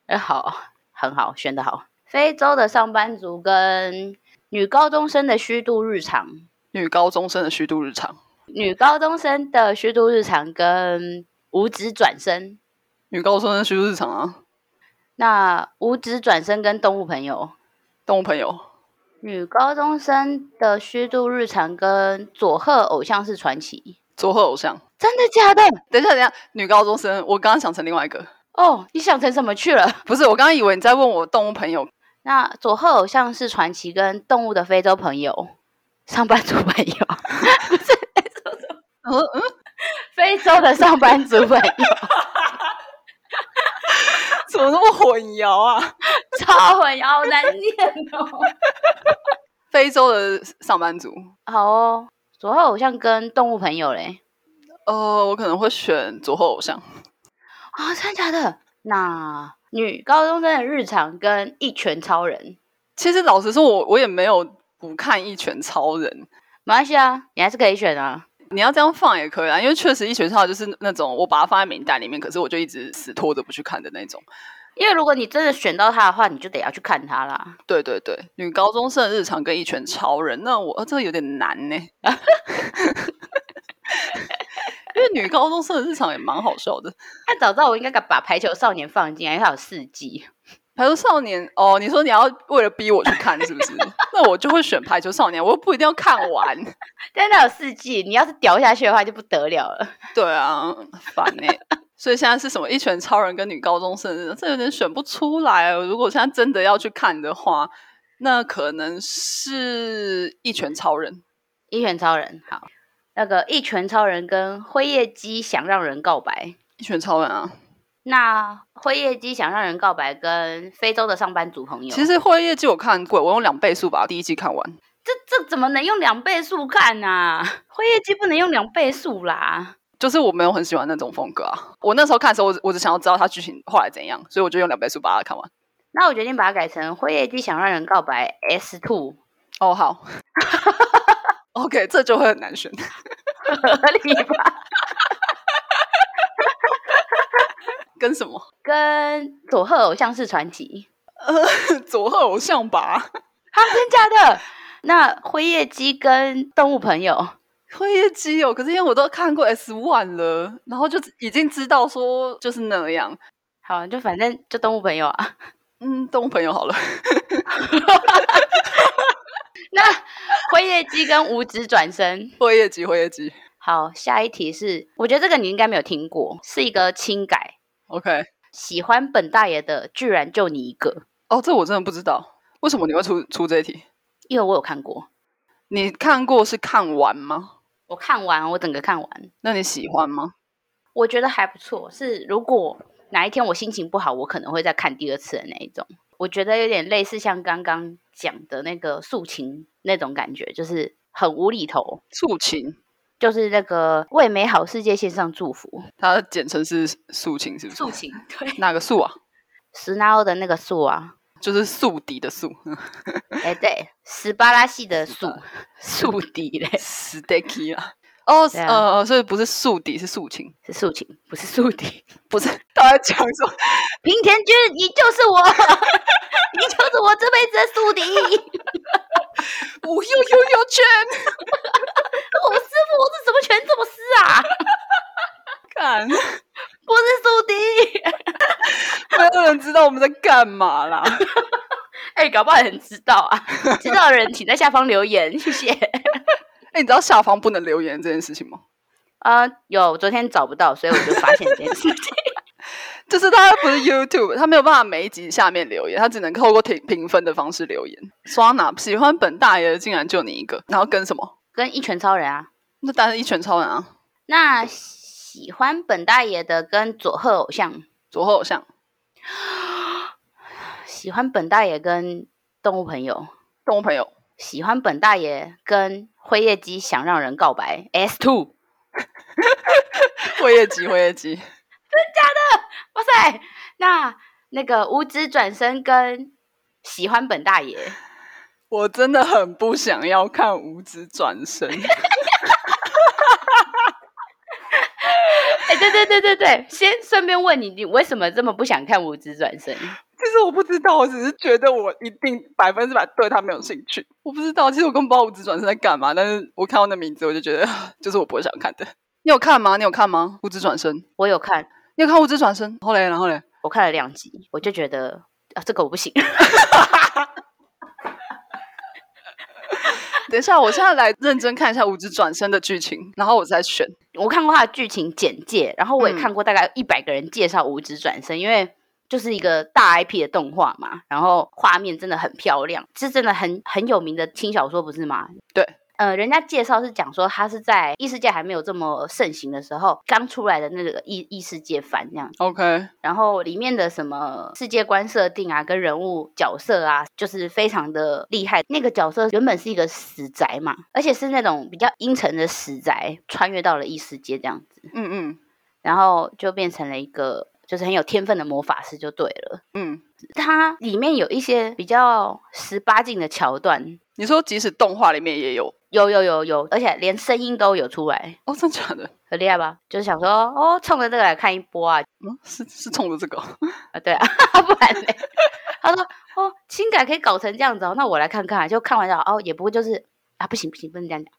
Speaker 1: 哎，好，很好，选的好。非洲的上班族跟女高中生的虚度日常，
Speaker 2: 女高中生的虚度日常，
Speaker 1: 女高中生的虚度日常跟五指转身，
Speaker 2: 女高中生的虚度日常啊，
Speaker 1: 那五指转身跟动物朋友，
Speaker 2: 动物朋友，
Speaker 1: 女高中生的虚度日常跟佐贺偶像是传奇，
Speaker 2: 佐贺偶像。
Speaker 1: 真的假的？
Speaker 2: 等一下，等一下，女高中生，我刚刚想成另外一个，
Speaker 1: 哦，你想成什么去了？
Speaker 2: 不是，我刚刚以为你在问我动物朋友，
Speaker 1: 那佐贺偶像是传奇跟动物的非洲朋友，上班族朋 友，
Speaker 2: 我说嗯，
Speaker 1: 非洲的上班族朋友，
Speaker 2: 怎么那么混淆啊？
Speaker 1: 超混淆，好难念哦。
Speaker 2: 非洲的上班族，
Speaker 1: 好哦，佐贺偶像跟动物朋友嘞？
Speaker 2: 呃，我可能会选佐贺偶像，
Speaker 1: 啊、真的假的？那女高中生的日常跟一拳超人，
Speaker 2: 其实老实说我，我也没有不看《一拳超人》。
Speaker 1: 没关系啊，你还是可以选啊。
Speaker 2: 你要这样放也可以啊，因为确实《一拳超人》就是那种我把它放在名单里面，可是我就一直死拖着不去看的那种。
Speaker 1: 因为如果你真的选到他的话，你就得要去看他啦。
Speaker 2: 对对对，女高中生的日常跟《一拳超人》，那我、呃、这个有点难呢、因为女高中生的日常也蛮好笑的。
Speaker 1: 那早知道我应该把排球少年放进来，因为他有四季。
Speaker 2: 排球少年哦，你说你要为了逼我去看是不是？那我就会选排球少年，我又不一定要看完。
Speaker 1: 但它有四季，你要是掉下去的话就不得了了。
Speaker 2: 对啊，烦呢、所以现在是什么一拳超人跟女高中生，这有点选不出来。哦如果现在真的要去看的话，那可能是一拳超人。
Speaker 1: 一拳超人，好，那个一拳超人跟辉夜姬想让人告白，
Speaker 2: 一拳超人啊，
Speaker 1: 那灰夜姬想让人告白跟非洲的上班族朋友，
Speaker 2: 其实《会夜季》我看过，我用两倍速把第一季看完。
Speaker 1: 这这怎么能用两倍速看啊？ 灰夜姬不能用两倍速啦。
Speaker 2: 就是我没有很喜欢那种风格啊。我那时候看的时候，我只我只想要知道它剧情后来怎样，所以我就用两倍速把它看完。
Speaker 1: 那我决定把它改成《灰夜姬想让人告白》S two，
Speaker 2: 哦，好 ，OK，这就会很难选。
Speaker 1: 合理 吧？
Speaker 2: 跟什么？
Speaker 1: 跟佐贺偶像是传奇，
Speaker 2: 呃，佐贺偶像吧。
Speaker 1: 哈，真假的？ 那灰夜姬跟动物朋友，
Speaker 2: 会夜姬哦，可是因为我都看过 S One 了，然后就已经知道说就是那样。
Speaker 1: 好，就反正就动物朋友啊。
Speaker 2: 嗯，动物朋友好了，
Speaker 1: 那灰夜姬跟五指转身。
Speaker 2: 会夜姬，会夜姬
Speaker 1: 好，下一题是，我觉得这个你应该没有听过，是一个轻改。
Speaker 2: ，OK。
Speaker 1: 喜欢本大爷的居然就你一个，
Speaker 2: 哦，这我真的不知道，为什么你会出出这一题？
Speaker 1: 因为我有看过，
Speaker 2: 你看过是看完吗？
Speaker 1: 我看完，我整个看完，
Speaker 2: 那你喜欢吗？
Speaker 1: 我觉得还不错。是如果哪一天我心情不好，我可能会再看第二次的那一种。我觉得有点类似像刚刚讲的那个诉情那种感觉，就是很无厘头，
Speaker 2: 素琴，
Speaker 1: 就是那个为美好世界献上祝 福。
Speaker 2: 它简称是素琴，是不是？
Speaker 1: 情对，
Speaker 2: 哪个素啊？
Speaker 1: 石纳欧的那个素啊，
Speaker 2: 就是宿敌 的宿
Speaker 1: 哎、对，斯巴拉系的素素敌嘞，
Speaker 2: s t e k y 啦。哦，
Speaker 1: 对啊
Speaker 2: 呃，所以不是宿敌，是素琴，
Speaker 1: 是素情，不是素敌。
Speaker 2: 不是。他在讲说，
Speaker 1: 平田君，你就是我， 你就是我这辈子的宿敌， 我
Speaker 2: 我又又又圈，
Speaker 1: 师傅，我这什么拳这么师啊？
Speaker 2: 看，没
Speaker 1: 我是宿敌。
Speaker 2: 有人知道我们在干嘛啦。
Speaker 1: 哎、搞不好有人知道啊，知道的人请在下方留言，谢谢。
Speaker 2: 哎、你知道下方不能留言这件事情吗？
Speaker 1: 啊、有昨天找不到，所以我就发现这件事情。
Speaker 2: 就是他不是 YouTube，他没有办法每一集下面留言，他只能透过评评分的方式留言。刷哪喜欢本大爷的竟然就你一个，然后跟什么？
Speaker 1: 跟一拳超人啊，
Speaker 2: 那当然是一拳超人啊，
Speaker 1: 那喜欢本大爷的跟佐贺偶像，
Speaker 2: 左后偶像
Speaker 1: 喜欢本大爷跟动物朋友，
Speaker 2: 动物朋友。
Speaker 1: 喜欢本大爷跟灰夜姬想让人告白 S two。
Speaker 2: 灰夜姬，灰夜姬，
Speaker 1: 哇塞，那那个无知转身跟喜欢本大爷，
Speaker 2: 我真的很不想要看五指转身。
Speaker 1: 哎、对对对对对，先顺便问你，你为什么这么不想看无知转身？
Speaker 2: 其实我不知道，我只是觉得我一定百分之百对他没有兴趣。我不知道，其实我根本不知道五指转身在干嘛，但是我看到那名字我就觉得， 就是我不会想看的。你有看吗？你有看吗？五指转身，
Speaker 1: 我有看，
Speaker 2: 你有看五指转身？后来，然后嘞，
Speaker 1: 我看了两集，我就觉得啊，这个我不行。
Speaker 2: 等一下，我现在来认真看一下五指转身的剧情，然后我再选。
Speaker 1: 我看过他的剧情简介，然后我也
Speaker 2: 嗯
Speaker 1: 看过大概一百个人介绍无知转身，因为。就是一个大 IP 的动画嘛，然后画面真的很漂亮，是真的很很有名的轻小说，不是吗？
Speaker 2: 对，
Speaker 1: 呃，人家介绍是讲说，它是在异世界还没有这么盛行的时候，刚出来的那个异异世界番这样。
Speaker 2: OK，嗯
Speaker 1: 然后里面的什么世界观设定啊，跟人物角色啊，就是非常的厉害。那个角色原本是一个死宅嘛，而且是那种比较阴沉的死宅，穿越到了异世界这样子，
Speaker 2: 嗯嗯
Speaker 1: 然后就变成了一个就是很有天分的魔法师就对了。
Speaker 2: 嗯，
Speaker 1: 它里面有一些比较十八禁的桥段，
Speaker 2: 你说即使动画里面也有
Speaker 1: 有有有有，而且连声音都有出来。
Speaker 2: 哦，真假的？
Speaker 1: 很厉害吧？就是想说，哦，冲着这个来看一波啊，
Speaker 2: 嗯，是是冲着这个哦、
Speaker 1: 啊，对啊， 不然嘞，他说，哦，轻改可以搞成这样子哦，那我来看看啊，就看完了，哦，也不过就是啊，不行不行，不能这样讲，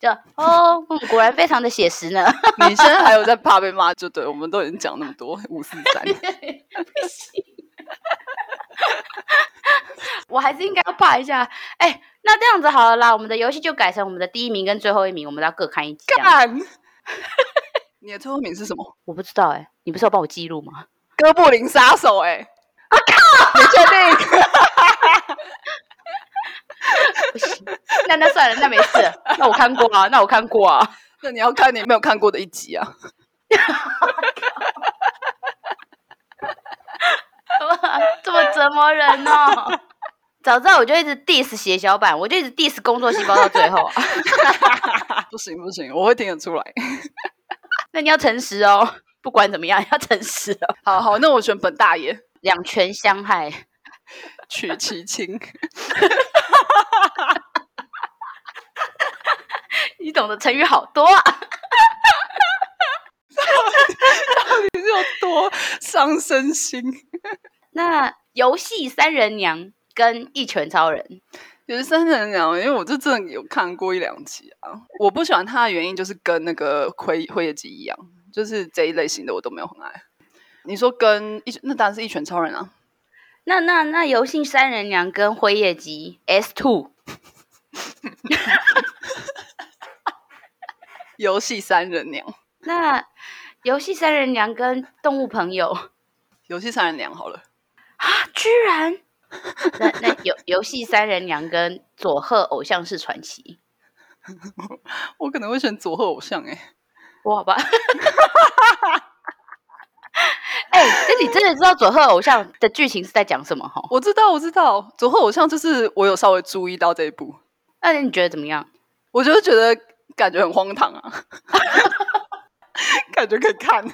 Speaker 1: 就哦，嗯果然非常的写实呢，
Speaker 2: 你现在还有在怕被骂，就对，我们都已经讲那么多五四三。
Speaker 1: 我还是应该要怕一下，哎，那这样子好了啦，我们的游戏就改成我们的第一名跟最后一名，我们要各看一集这样，
Speaker 2: 干！你的最后名是什么？
Speaker 1: 我不知道哎、你不是有帮我记录吗？
Speaker 2: 哥布林杀手、欸？哎，我 靠！你确定？
Speaker 1: 不行， 那那算了，那没事了， 那我看过啊，那我看过啊。
Speaker 2: 那你要看你没有看过的一集啊。
Speaker 1: 么 这么折磨人哦？ 早知道我就一直 diss 血小板，我就一直 diss 工作细胞到最后。啊
Speaker 2: 不行不行，我会听得出来。
Speaker 1: 那你要诚实哦，不管怎么样要诚实哦，
Speaker 2: 好好，那我选本大爷
Speaker 1: 两全相害。
Speaker 2: 取其轻。
Speaker 1: 你懂得成语好多啊！
Speaker 2: 你 是有多伤身心？
Speaker 1: 那游戏三人娘跟一拳超人，
Speaker 2: 有是三人娘，因为我就真的有看过一两集啊。我不喜欢他的原因就是跟那个辉辉夜姬一样，就是这一类型的我都没有很爱。你说跟一那当然是一拳超人啊，
Speaker 1: 那那那游戏三人娘跟辉夜姬 S Two，
Speaker 2: 游戏三人娘，
Speaker 1: 那游戏三人娘跟动物朋友啊，
Speaker 2: 游戏三人娘好了，
Speaker 1: 居然那那游游戏三人娘跟佐贺偶像是传奇，
Speaker 2: 我可能会选佐贺偶像哎、
Speaker 1: 我好吧？ 哎、这你真的知道佐贺偶像的剧情是在讲什么哈？
Speaker 2: 我知道我知道佐贺偶像就是我有稍微注意到这一部，
Speaker 1: 那你觉得怎么样？
Speaker 2: 我就觉得感觉很荒唐啊， 感觉可以看。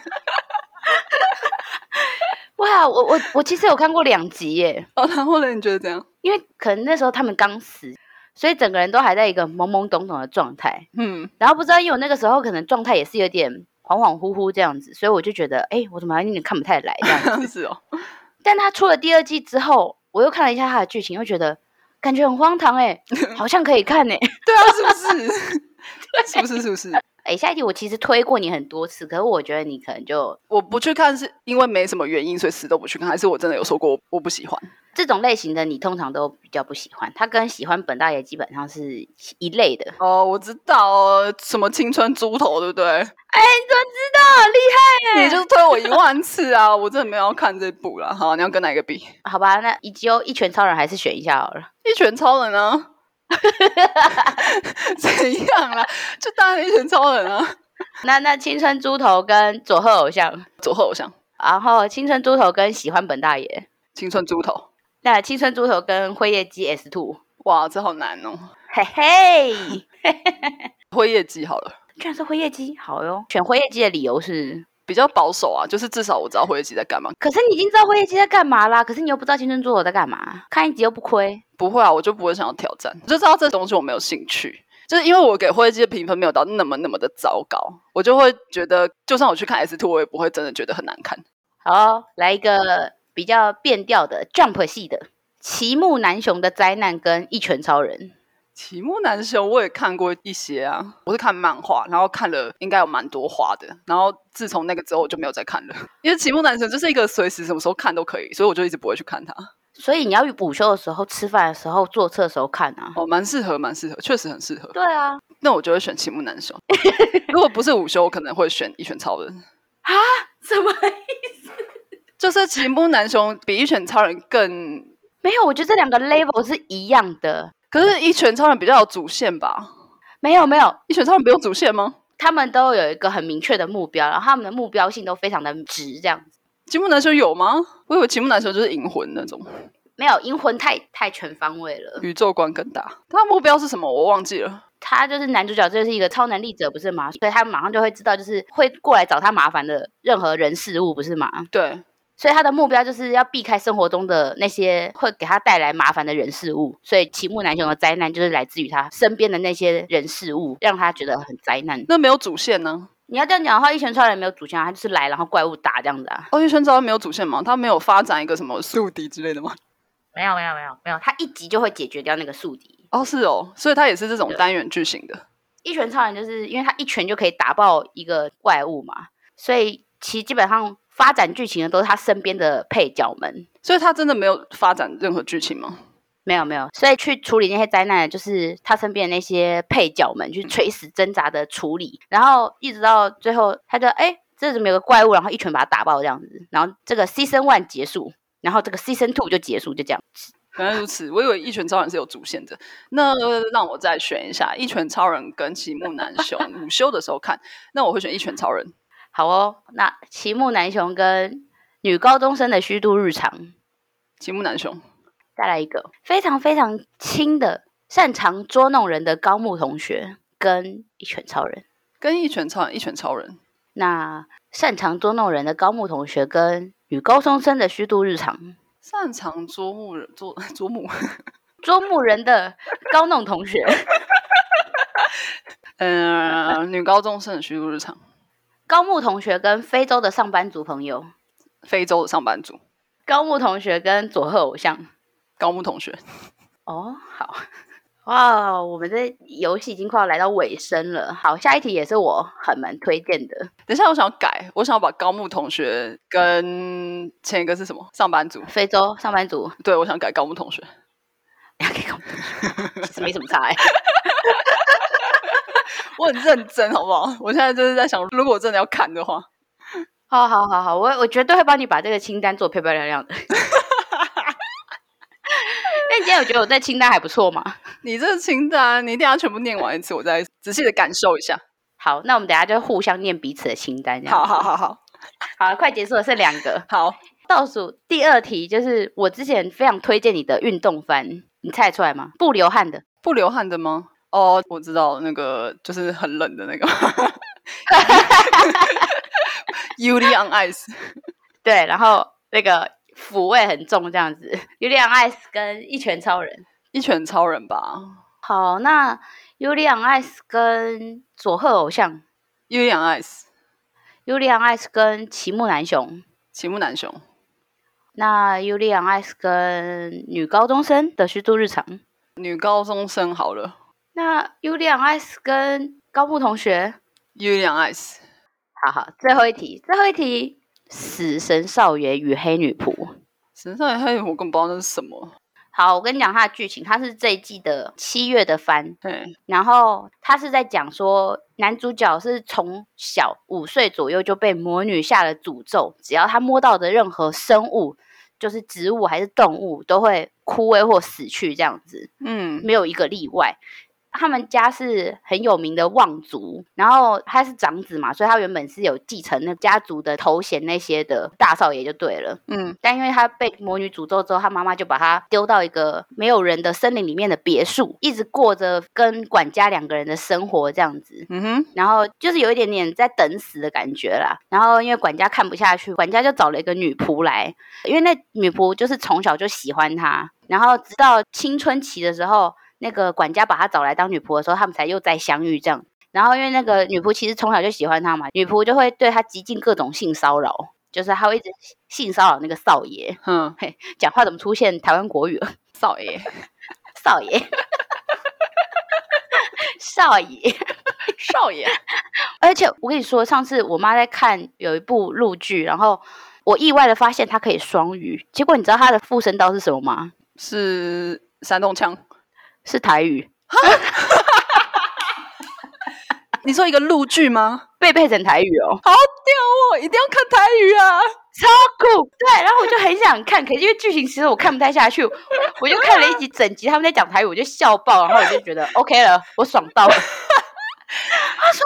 Speaker 1: 哇，啊我我我其实有看过两集耶，
Speaker 2: 哦，然后呢？你觉得怎样？
Speaker 1: 因为可能那时候他们刚死，所以整个人都还在一个懵懵懂懂的状态。
Speaker 2: 嗯，
Speaker 1: 然后不知道，因为我那个时候可能状态也是有点恍恍惚惚这样子，所以我就觉得，哎、我怎么好像有点看不太来这样子。
Speaker 2: 是哦，
Speaker 1: 但他出了第二季之后，我又看了一下他的剧情，又觉得感觉很荒唐 哎、好像可以看哎、
Speaker 2: 对啊，是不 是？是不是？是不是？
Speaker 1: 哎、下一集我其实推过你很多次，可是我觉得你可能就
Speaker 2: 我不去看是因为没什么原因，所以死都不去看，还是我真的有说过我我不喜欢？
Speaker 1: 这种类型的你通常都比较不喜欢，他跟喜欢本大爷基本上是一类的。
Speaker 2: 哦，我知道哦，什么青春猪头，对不对？
Speaker 1: 哎、你怎么知道？厉害耶！
Speaker 2: 你就是推我一万次啊！我真的没有要看这部啦。好，你要跟哪一个比？
Speaker 1: 好吧，那一休一拳超人还是选一下好了。
Speaker 2: 一拳超人啊？怎样啦？就当然一拳超人啊！
Speaker 1: 那那青春猪头跟佐贺偶像，
Speaker 2: 左后偶像，
Speaker 1: 然后青春猪头跟喜欢本大爷，
Speaker 2: 青春猪头，
Speaker 1: 那青春猪头跟辉夜姬 S Two，
Speaker 2: 哇，这好难哦。
Speaker 1: 嘿嘿，
Speaker 2: 辉夜姬好了，
Speaker 1: 居然是辉夜姬，好哟。选辉夜姬的理由是，
Speaker 2: 比较保守啊，就是至少我知道辉夜姬在干嘛。
Speaker 1: 可是你已经知道辉夜姬在干嘛啦，可是你又不知道青春猪头在干嘛，看一集又不亏。
Speaker 2: 不会啊，我就不会想要挑战，我就知道这东西我没有兴趣。就是因为我给灰机的评分没有到那么那么的糟糕，我就会觉得，就算我去看 S Two，我也不会真的觉得很难看。
Speaker 1: 好哦，来一个比较变调的 Jump 系的，奇木南雄的灾难跟一拳超人。
Speaker 2: 题目难修我也看过一些啊，我是看漫画，然后看了应该有蛮多话的，然后自从那个之后我就没有再看了， 因为题目难修就是一个随时什么时候看都可以，所以我就一直不会去看它。
Speaker 1: 所以你要午休的时候、吃饭的时候、坐车的时候看啊。
Speaker 2: 哦，蛮适合，蛮适合，确实很适合。
Speaker 1: 对啊，
Speaker 2: 那我就会选题目难修。 如果不是午休，我可能会选一拳超人。
Speaker 1: 怎么？
Speaker 2: 就是奇木南雄比一拳超人更，
Speaker 1: 没有，我觉得这两个 level 是一样的。
Speaker 2: 可是一拳超人比较有主线吧？
Speaker 1: 没有没有，
Speaker 2: 一拳超人不用主线吗？
Speaker 1: 他们都有一个很明确的目标，然后他们的目标性都非常的直，这样子。
Speaker 2: 奇木南雄有吗？我以为奇木南雄就是银魂那种，
Speaker 1: 没有银魂太太全方位了，
Speaker 2: 宇宙观更大。他目标是什么？我忘记了。
Speaker 1: 他就是男主角，就是一个超能力者，不是吗？所以他马上就会知道，就是会过来找他麻烦的任何人事物，不是吗？
Speaker 2: 对，
Speaker 1: 所以他的目标就是要避开生活中的那些会给他带来麻烦的人事物。所以齐木楠雄的灾难就是来自于他身边的那些人事物，让他觉得很灾难。
Speaker 2: 那没有主线呢？
Speaker 1: 你要这样讲的话，一拳超人没有主线啊，他就是来然后怪物打这样子啊。
Speaker 2: 哦，一拳超人没有主线吗？他没有发展一个什么宿敌之类的吗？
Speaker 1: 没有没有没有没有，他一集就会解决掉那个宿敌。
Speaker 2: 哦，是哦，所以他也是这种
Speaker 1: 对
Speaker 2: 单元剧型的。
Speaker 1: 一拳超人就是因为他一拳就可以打爆一个怪物嘛，所以其实基本上发展剧情的都是他身边的配角们。
Speaker 2: 所以他真的没有发展任何剧情吗？
Speaker 1: 没有没有，所以去处理那些灾难的就是他身边的那些配角们去垂死挣扎的处理，然后一直到最后，他就哎这怎么有个怪物，然后一拳把他打爆这样子，然后这个 season one 结束，然后这个 season two 就结束，就这样。
Speaker 2: 原来如此，我以为一拳超人是有主线的。那让我再选一下，一拳超人跟齐木楠雄午休的时候看，那我会选一拳超人。
Speaker 1: 好哦，那齐木楠雄跟女高中生的虚度日常，
Speaker 2: 极木南雄，
Speaker 1: 再来一个非常非常轻的，擅长捉弄人的高木同学跟一拳超人。
Speaker 2: 跟一拳超一拳超人，
Speaker 1: 那擅长捉弄人的高木同学跟女高中生的虚度日常，
Speaker 2: 擅长捉木人捉 捉木，
Speaker 1: 捉木人的高弄同学，
Speaker 2: 呃，女高中生的虚度日常，
Speaker 1: 高木同学跟非洲的上班族朋友，
Speaker 2: 非洲的上班族，
Speaker 1: 高木同学跟佐贺偶像。
Speaker 2: 高木同学，
Speaker 1: 哦，好，哇，哦我们这游戏已经快要来到尾声了。好，下一题也是我很蛮推荐的，
Speaker 2: 等一下我想要改，我想要把高木同学跟前一个是什么上班族，
Speaker 1: 非洲上班族，
Speaker 2: 对我想改高木同学，
Speaker 1: 其实没什么差、欸。
Speaker 2: 我很认真好不好？我现在就是在想，如果我真的要看的话，
Speaker 1: 好好好好，我我绝对会帮你把这个清单做漂漂亮亮的。那你今天有觉得我这清单还不错吗？
Speaker 2: 你这个清单你一定要全部念完一次，我再仔细的感受一下。
Speaker 1: 好，那我们等一下就互相念彼此的清单，这样。
Speaker 2: 好好好好
Speaker 1: 好，快结束了，剩两个，
Speaker 2: 好，
Speaker 1: 倒数第二题就是我之前非常推荐你的运动番，你猜得出来吗？不流汗的，
Speaker 2: 不流汗的吗？哦，我知道那个就是很冷的那 个，Uli on ice，
Speaker 1: 对，然后那个抚慰很重，这样子。有点爱跟一拳超人。
Speaker 2: 一拳超人吧
Speaker 1: 好，那有点爱跟佐贺偶像，
Speaker 2: ，Uli on ice，
Speaker 1: 有点爱跟齐木楠雄，
Speaker 2: 齐木楠雄，
Speaker 1: 那有点爱跟女高中生的虚度日常。
Speaker 2: 女高中生好了
Speaker 1: 那 U 两 S 跟高木同学，
Speaker 2: ，Uli on ice，
Speaker 1: 好好，最后一题，最后一题，死神少爷与黑女仆。
Speaker 2: 神上还有我根本不知道那是什么，
Speaker 1: 好，我跟你讲它的剧情，它是这一季的七月的番，
Speaker 2: 嘿，
Speaker 1: 然后它是在讲说男主角是从小五岁左右就被魔女下了诅咒，只要他摸到的任何生物，就是植物还是动物，都会枯萎或死去这样子。
Speaker 2: 嗯，
Speaker 1: 没有一个例外。他们家是很有名的望族，然后他是长子嘛，所以他原本是有继承那家族的头衔那些的大少爷就对了。
Speaker 2: 嗯，
Speaker 1: 但因为他被魔女诅咒之后，他妈妈就把他丢到一个没有人的森林里面的别墅，一直过着跟管家两个人的生活这样子。
Speaker 2: 嗯哼，
Speaker 1: 然后就是有一点点在等死的感觉啦。然后因为管家看不下去，管家就找了一个女仆来，因为那女仆就是从小就喜欢他。然后直到青春期的时候，那个管家把他找来当女仆的时候，他们才又再相遇这样。然后因为那个女仆其实从小就喜欢他嘛，女仆就会对他极尽各种性骚扰，就是他会一直性骚扰那个少爷。
Speaker 2: 嗯，
Speaker 1: 讲话怎么出现台湾国语了？
Speaker 2: 少爷，
Speaker 1: 少爷， 少爷。
Speaker 2: 少爷，
Speaker 1: 而且我跟你说，上次我妈在看有一部陆剧，然后我意外的发现她可以双语。结果你知道她的附身刀是什么吗？
Speaker 2: 是山东腔。啊
Speaker 1: 是台语，
Speaker 2: 你说一个陆剧吗？
Speaker 1: 被配成台语哦，
Speaker 2: 好屌哦！一定要看台语啊！
Speaker 1: 超酷！对，然后我就很想看，可是因为剧情其实我看不太下去，我就看了一集整集，他们在讲台语，我就笑爆，然后我就觉得 OK 了，我爽到了。 她说：“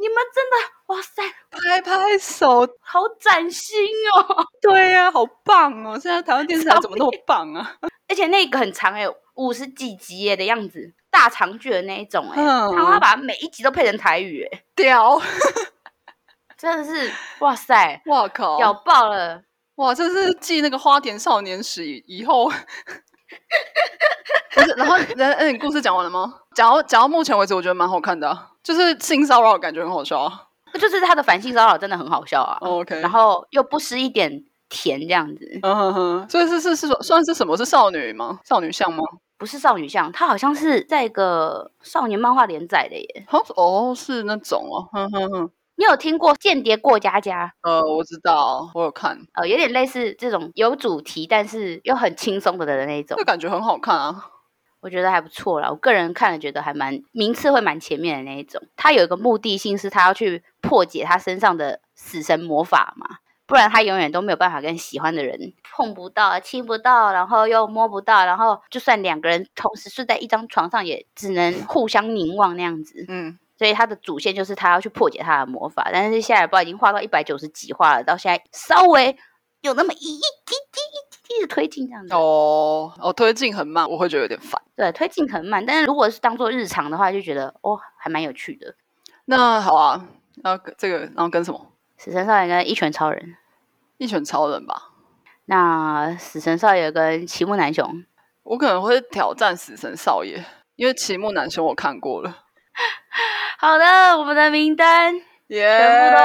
Speaker 1: 你们真的，哇塞，
Speaker 2: 拍拍手，
Speaker 1: 好崭新哦！
Speaker 2: 对呀、好棒哦！现在台湾电视台怎么那么棒啊？
Speaker 1: 而且那个很长哎、五十几集耶的样子，大长剧的那一种哎、
Speaker 2: 嗯
Speaker 1: 他妈把每一集都配成台语、欸，
Speaker 2: 屌！
Speaker 1: 真的是哇塞，
Speaker 2: 哇靠！
Speaker 1: 屌爆了！
Speaker 2: 哇，这是继那个《花田少年史》以后， 不是？然后，那那你故事讲完了吗？讲到讲到目前为止，我觉得蛮好看的啊、就是性骚扰感觉很好笑、啊。
Speaker 1: 就是他的反性骚扰真的很好笑啊，
Speaker 2: 哦 OK，
Speaker 1: 然后又不失一点甜这样子，
Speaker 2: 嗯哼哼，所以是是是算是什么是少女吗？少女像吗？
Speaker 1: 不是少女像，他好像是在一个少年漫画连载的耶。
Speaker 2: 好哦，是那种哦，哼哼哼，
Speaker 1: 你有听过《间谍过家家》？
Speaker 2: 呃，我知道，我有看，
Speaker 1: 呃，有点类似这种有主题，但是又很轻松的的那一种
Speaker 2: 那，感觉很好看啊。
Speaker 1: 我觉得还不错啦。我个人看了觉得还蛮名次会蛮前面的那一种。他有一个目的性是他要去破解他身上的死神魔法嘛，不然他永远都没有办法跟喜欢的人碰不到、亲不到，然后又摸不到，然后就算两个人同时睡在一张床上，也只能互相凝望那样子。
Speaker 2: 嗯，
Speaker 1: 所以他的主线就是他要去破解他的魔法，但是现在不知道已经画到一百九十几画了，到现在稍微有那么一一一一一一直推进这样子。
Speaker 2: 哦哦，推进很慢，我会觉得有点烦。
Speaker 1: 对，推进很慢，但是如果是当做日常的话，就觉得哦，还蛮有趣的。
Speaker 2: 那好啊，然后这个，然后跟什么？
Speaker 1: 死神少爷跟一拳超人，
Speaker 2: 一拳超人吧。
Speaker 1: 那死神少爷跟奇木南雄，
Speaker 2: 我可能会挑战死神少爷，因为奇木男雄我看过了。
Speaker 1: 好的，我们的名单
Speaker 2: 耶、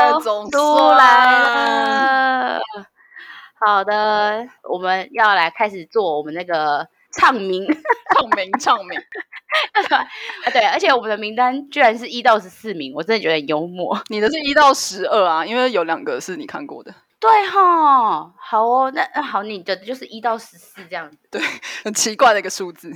Speaker 1: 全部
Speaker 2: 总
Speaker 1: 都出
Speaker 2: 算
Speaker 1: 来了。好的，我们要来开始做我们那个唱名
Speaker 2: 唱名唱名，
Speaker 1: 啊，对，而且我们的名单居然是一到十四名，我真的觉得很幽默。
Speaker 2: 你的是一到十二啊，因为有两个是你看过的，
Speaker 1: 对哈，好哦，那那好，你的就是一到十四这样子。
Speaker 2: 很奇怪的一个数字。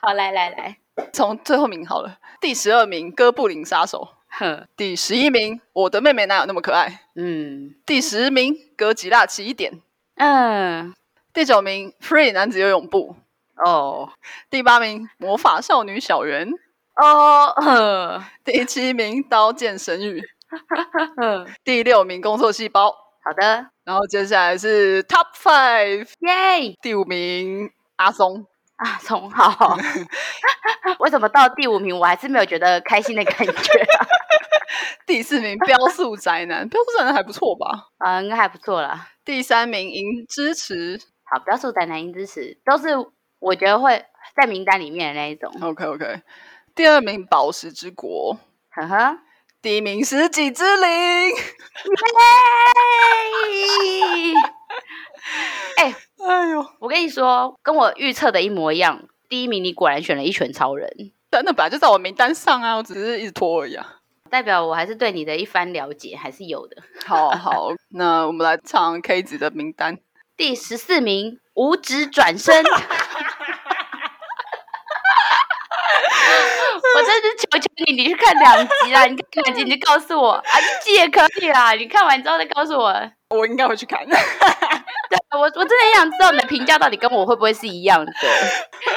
Speaker 1: 好，来来来，
Speaker 2: 从最后名好了，第十二名《哥布林杀手》，
Speaker 1: 哼，
Speaker 2: 第十一名《我的妹妹哪有那么可爱》，
Speaker 1: 嗯
Speaker 2: 第十名《哥吉拉奇一点》，
Speaker 1: 嗯，
Speaker 2: 第九名《Free 男子游泳部》，
Speaker 1: 哦
Speaker 2: 第八名《魔法少女小圆》，
Speaker 1: 哦，呵
Speaker 2: 第七名《刀剑神域》，
Speaker 1: 呵
Speaker 2: 第六名《工作细胞》，
Speaker 1: 好的，
Speaker 2: 然后接下来是 Top Five，
Speaker 1: 耶
Speaker 2: 第五名阿松，
Speaker 1: 啊，从 好，为什么到第五名我还是没有觉得开心的感 觉？
Speaker 2: 第四名标速宅男，标速宅男还不错吧？
Speaker 1: 啊，应该还不错啦。
Speaker 2: 第三名银支持
Speaker 1: 好，不要受宅男音支持，都是我觉得会在名单里面的那一种。
Speaker 2: ，OK OK。第二名宝石之国，
Speaker 1: 呵呵，
Speaker 2: 第一名十几之灵。
Speaker 1: 耶！
Speaker 2: 哎呦，
Speaker 1: 我跟你说，跟我预测的一模一样。第一名，你果然选了一拳超人，
Speaker 2: 但那本来就在我名单上啊，我只是一直拖而已啊。
Speaker 1: 代表我还是对你的一番了解还是有的。
Speaker 2: 好好， 那我们来唱 K 子的名单。
Speaker 1: 第十四名，五指转身。 我真是求求你，你去看两集啦！你看两集你就告诉我啊，一集也可以啦。你看完之后再告诉我。
Speaker 2: 我应该会去看。
Speaker 1: 对我，我真的很想知道你的评价到底跟我会不会是一样的。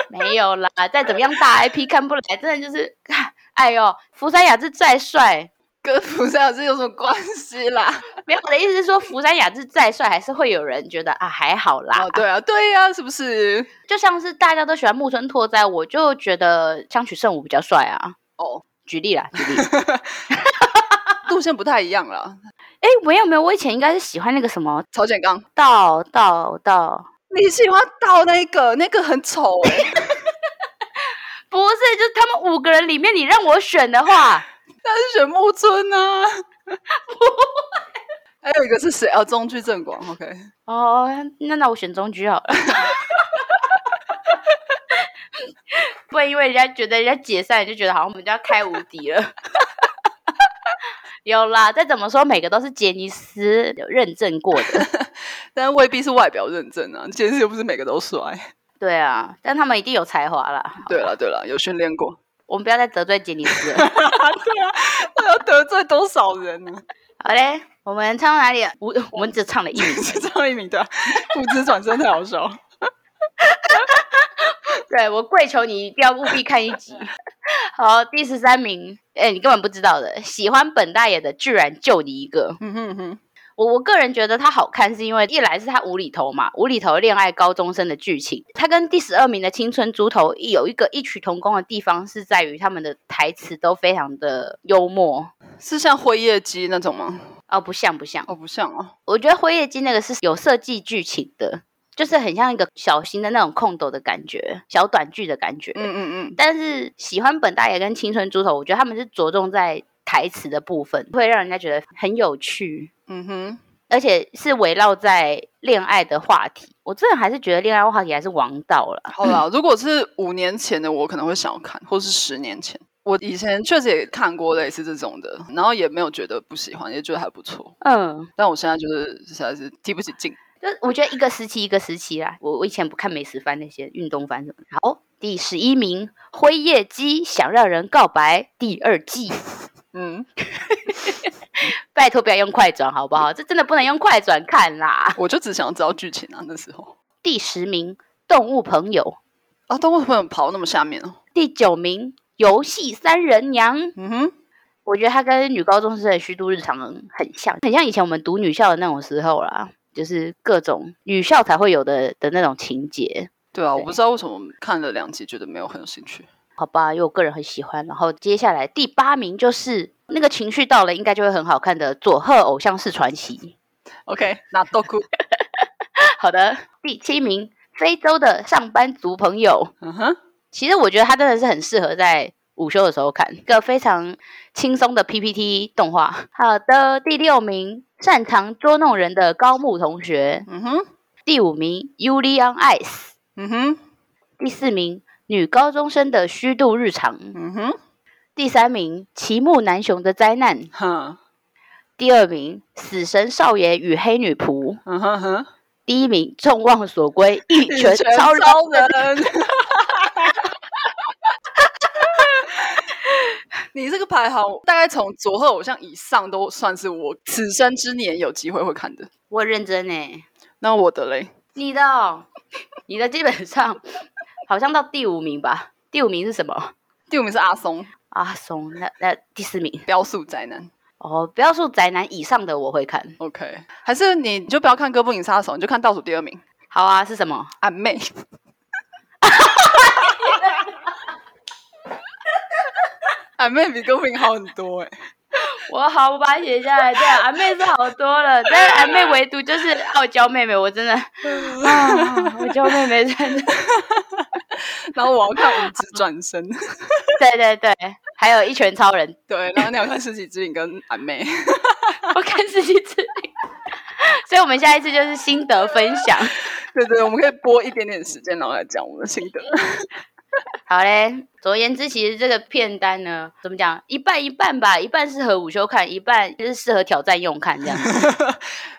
Speaker 1: 没有啦，再怎么样大 IP 看不来，真的就是，哎呦，福山雅治再帅，
Speaker 2: 跟福山老师有什么关系 啦？
Speaker 1: 没有，我的意思是说，福山雅治再帅，还是会有人觉得啊还好啦。
Speaker 2: 啊，对啊，对呀、是不是？
Speaker 1: 就像是大家都喜欢木村拓哉，我就觉得香取慎吾比较帅啊。
Speaker 2: 哦，
Speaker 1: 举例啦，举例。
Speaker 2: 路线不太一样啦。
Speaker 1: 哎，没有没有，我以前应该是喜欢那个什么
Speaker 2: 曹简刚，
Speaker 1: 道道道，
Speaker 2: 你喜欢到那个那个很丑哎、
Speaker 1: 不是，就是他们五个人里面，你让我选的话，
Speaker 2: 但是选木村 呢、啊？还有一个是谁啊？中居正广，OK，
Speaker 1: 哦，那那我选中居好了。 不然因为人家觉得人家解散，就觉得好像我们就要开无敌了。 有啦，再怎么说每个都是杰尼斯有认证过 的，
Speaker 2: 但未必是外表认证啊。其实又不是每个都帅。
Speaker 1: 对啊，但他们一定有才华啦。
Speaker 2: 对了对了，有训练过。
Speaker 1: 我们不要再得罪杰尼斯了。
Speaker 2: 他要得罪多少人呢、
Speaker 1: 好嘞，我们唱到哪里了？我我们只唱了一名，
Speaker 2: 是张一鸣对吧、啊不知转身太好笑。
Speaker 1: 对我跪求你一定要务必看一集。 好，第十三名，哎、你根本不知道的，喜欢本大爷的居然就你一个。
Speaker 2: 嗯哼哼，
Speaker 1: 我我个人觉得它好看，是因为一来是它无厘头嘛，无厘头恋爱高中生的剧情，它跟第十二名的青春猪头有一个异曲同工的地方，是在于他们的台词都非常的幽默
Speaker 2: 是像灰夜姬那种吗？
Speaker 1: 哦，不像不像，
Speaker 2: 哦，不像哦。
Speaker 1: 我觉得《辉夜姬》那个是有设计剧情的，就是很像一个小型的那种空斗的感觉，小短剧的感觉。
Speaker 2: 嗯嗯嗯，
Speaker 1: 但是喜欢本大爷跟青春猪头，我觉得他们是着重在台词的部分，会让人家觉得很有趣。
Speaker 2: 嗯哼，
Speaker 1: 而且是围绕在恋爱的话题。我真的还是觉得恋爱话题还是王道了。
Speaker 2: 好啦，如果是五年前的，我可能会想要看，或是十年前。我以前确实也看过类似这种的，然后也没有觉得不喜欢，也觉得还不错。
Speaker 1: 嗯，
Speaker 2: 但我现在就是实在是提不起劲。
Speaker 1: 就我觉得一个时期一个时期啦。我我以前不看美食番那些运动番什么的。好，第十一名《辉夜姬想让人告白》第二季，
Speaker 2: 嗯，
Speaker 1: 拜托不要用快转好不好？这真的不能用快转看啦。
Speaker 2: 我就只想知道剧情啊，那时候
Speaker 1: 第十名《动物朋友
Speaker 2: 啊，但为什么跑那么下面哦？》，
Speaker 1: 第九名《游戏三人娘》。
Speaker 2: 嗯哼，
Speaker 1: 我觉得它跟女高中生的虚度日常很像，很像以前我们读女校的那种时候啦。就是各种女校才会有的的那种情节，
Speaker 2: 对啊，我
Speaker 1: 对
Speaker 2: 不知道为什么看了两集觉得没有很有兴趣。
Speaker 1: 好吧，因为我个人很喜欢。然后接下来第八名就是那个情绪到了，应该就会很好看的《佐贺偶像式传奇》。
Speaker 2: OK，那豆哭，
Speaker 1: 好的，第七名，非洲的上班族朋友。
Speaker 2: 嗯哼，
Speaker 1: 其实我觉得它真的是很适合在午休的时候看，一个非常轻松的 PPT 动画。好的，第六名，擅长捉弄人的高木同学。
Speaker 2: 嗯哼，
Speaker 1: 第五名，Yuri on Ice。
Speaker 2: 嗯哼，
Speaker 1: 第四名，女高中生的虚度日常。
Speaker 2: 嗯哼，
Speaker 1: 第三名，齐木楠雄的灾难。
Speaker 2: 哼，
Speaker 1: 第二名，死神少爷与黑女仆。
Speaker 2: 嗯哼哼，
Speaker 1: 第一名，众望所归， 一拳
Speaker 2: 全
Speaker 1: 超人。
Speaker 2: 超人。 你这个排行大概从佐贺偶像以上都算是我此生之年有机会会看的。
Speaker 1: 我认真欸诶，
Speaker 2: 那我的嘞，
Speaker 1: 你的、哦，你的基本上好像到第五名吧？第五名是什么？
Speaker 2: 第五名是阿松，
Speaker 1: 阿松，那那第四名
Speaker 2: 雕塑宅男。
Speaker 1: 哦，不要说宅男以上的我会看。
Speaker 2: OK，还是你你就不要看《哥布林杀手》，你就看倒数第二名
Speaker 1: 好啊，是什么？
Speaker 2: 俺 妹。俺妹比哥布林好很多哎、
Speaker 1: 我好，我把它写下来。对、啊，俺妹是好多 了，但是俺妹唯独就是傲娇妹妹，我真的啊，我叫妹妹真的，
Speaker 2: 然后我要看五指 转身，
Speaker 1: 对对对，还有一拳超人，
Speaker 2: 对，然后你要看十几之影跟俺妹，
Speaker 1: 我看十几次， 所以我们下一次就是心得分享。
Speaker 2: 对对，我们可以播一点点时间，然后来讲我们的心得。
Speaker 1: 好嘞，总而言之，其实这个片单呢，怎么讲，一半一半吧，一半适合午休看，一半就是适合挑战用看这样。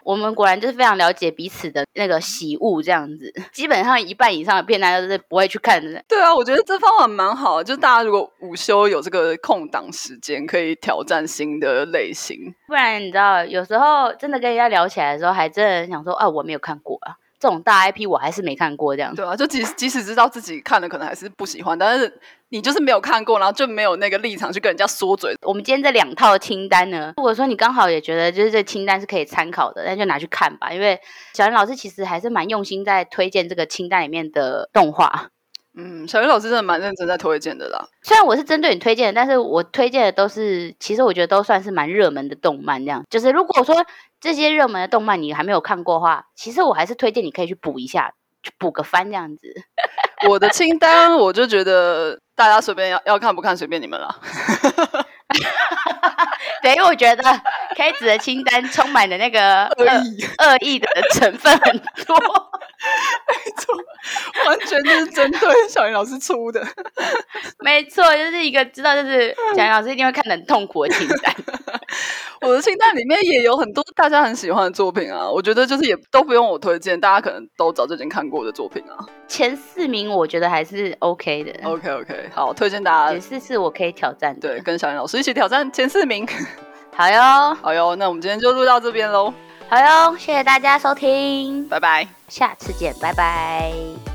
Speaker 1: 我们果然就是非常了解彼此的那个喜恶这样子，基本上一半以上的片单都是不会去看的。
Speaker 2: 对啊，我觉得这方法蛮好的，就大家如果午休有这个空档时间，可以挑战新的类型。
Speaker 1: 不然你知道，有时候真的跟人家聊起来的时候，还真的想说啊，我没有看过啊，这种大 IP 我还是没看过这样。
Speaker 2: 对啊，就即即使知道自己看了可能还是不喜欢，但是你就是没有看过，然后就没有那个立场去跟人家说嘴。
Speaker 1: 我们今天这两套清单呢，如果说你刚好也觉得就是这清单是可以参考的，那就拿去看吧。因为小林老师其实还是蛮用心在推荐这个清单里面的动画。
Speaker 2: 嗯，小鱼老师真的蛮认真在推荐的啦。
Speaker 1: 虽然我是针对你推荐的，但是我推荐的都是，其实我觉得都算是蛮热门的动漫。这样，就是如果说这些热门的动漫你还没有看过的话，其实我还是推荐你可以去补一下，去补个番这样子。
Speaker 2: 我的清单，我就觉得大家随便要要看不看随便你们啦。
Speaker 1: 对，因为我觉得 K 子的清单充满了那个
Speaker 2: 恶
Speaker 1: 恶
Speaker 2: 意，
Speaker 1: 恶意的成分很多。
Speaker 2: 完全就是针对小鱼老师出的。
Speaker 1: 没错，就是一个知道，就是蒋老师一定会看得很痛苦的清单。
Speaker 2: 我的清单里面也有很多大家很喜欢的作品啊，我觉得就是也都不用我推荐，大家可能都早就已经看过的作品啊。
Speaker 1: 前四名我觉得还是 OK 的，
Speaker 2: OK OK，好，推荐大
Speaker 1: 也
Speaker 2: 家。
Speaker 1: 是是我可以挑战的。
Speaker 2: 对，，跟小林老师一起挑战前四名。
Speaker 1: 好哟，
Speaker 2: 好哟，那我们今天就录到这边喽，
Speaker 1: 好哟，谢谢大家收听，
Speaker 2: 拜拜。
Speaker 1: 下次见，拜拜。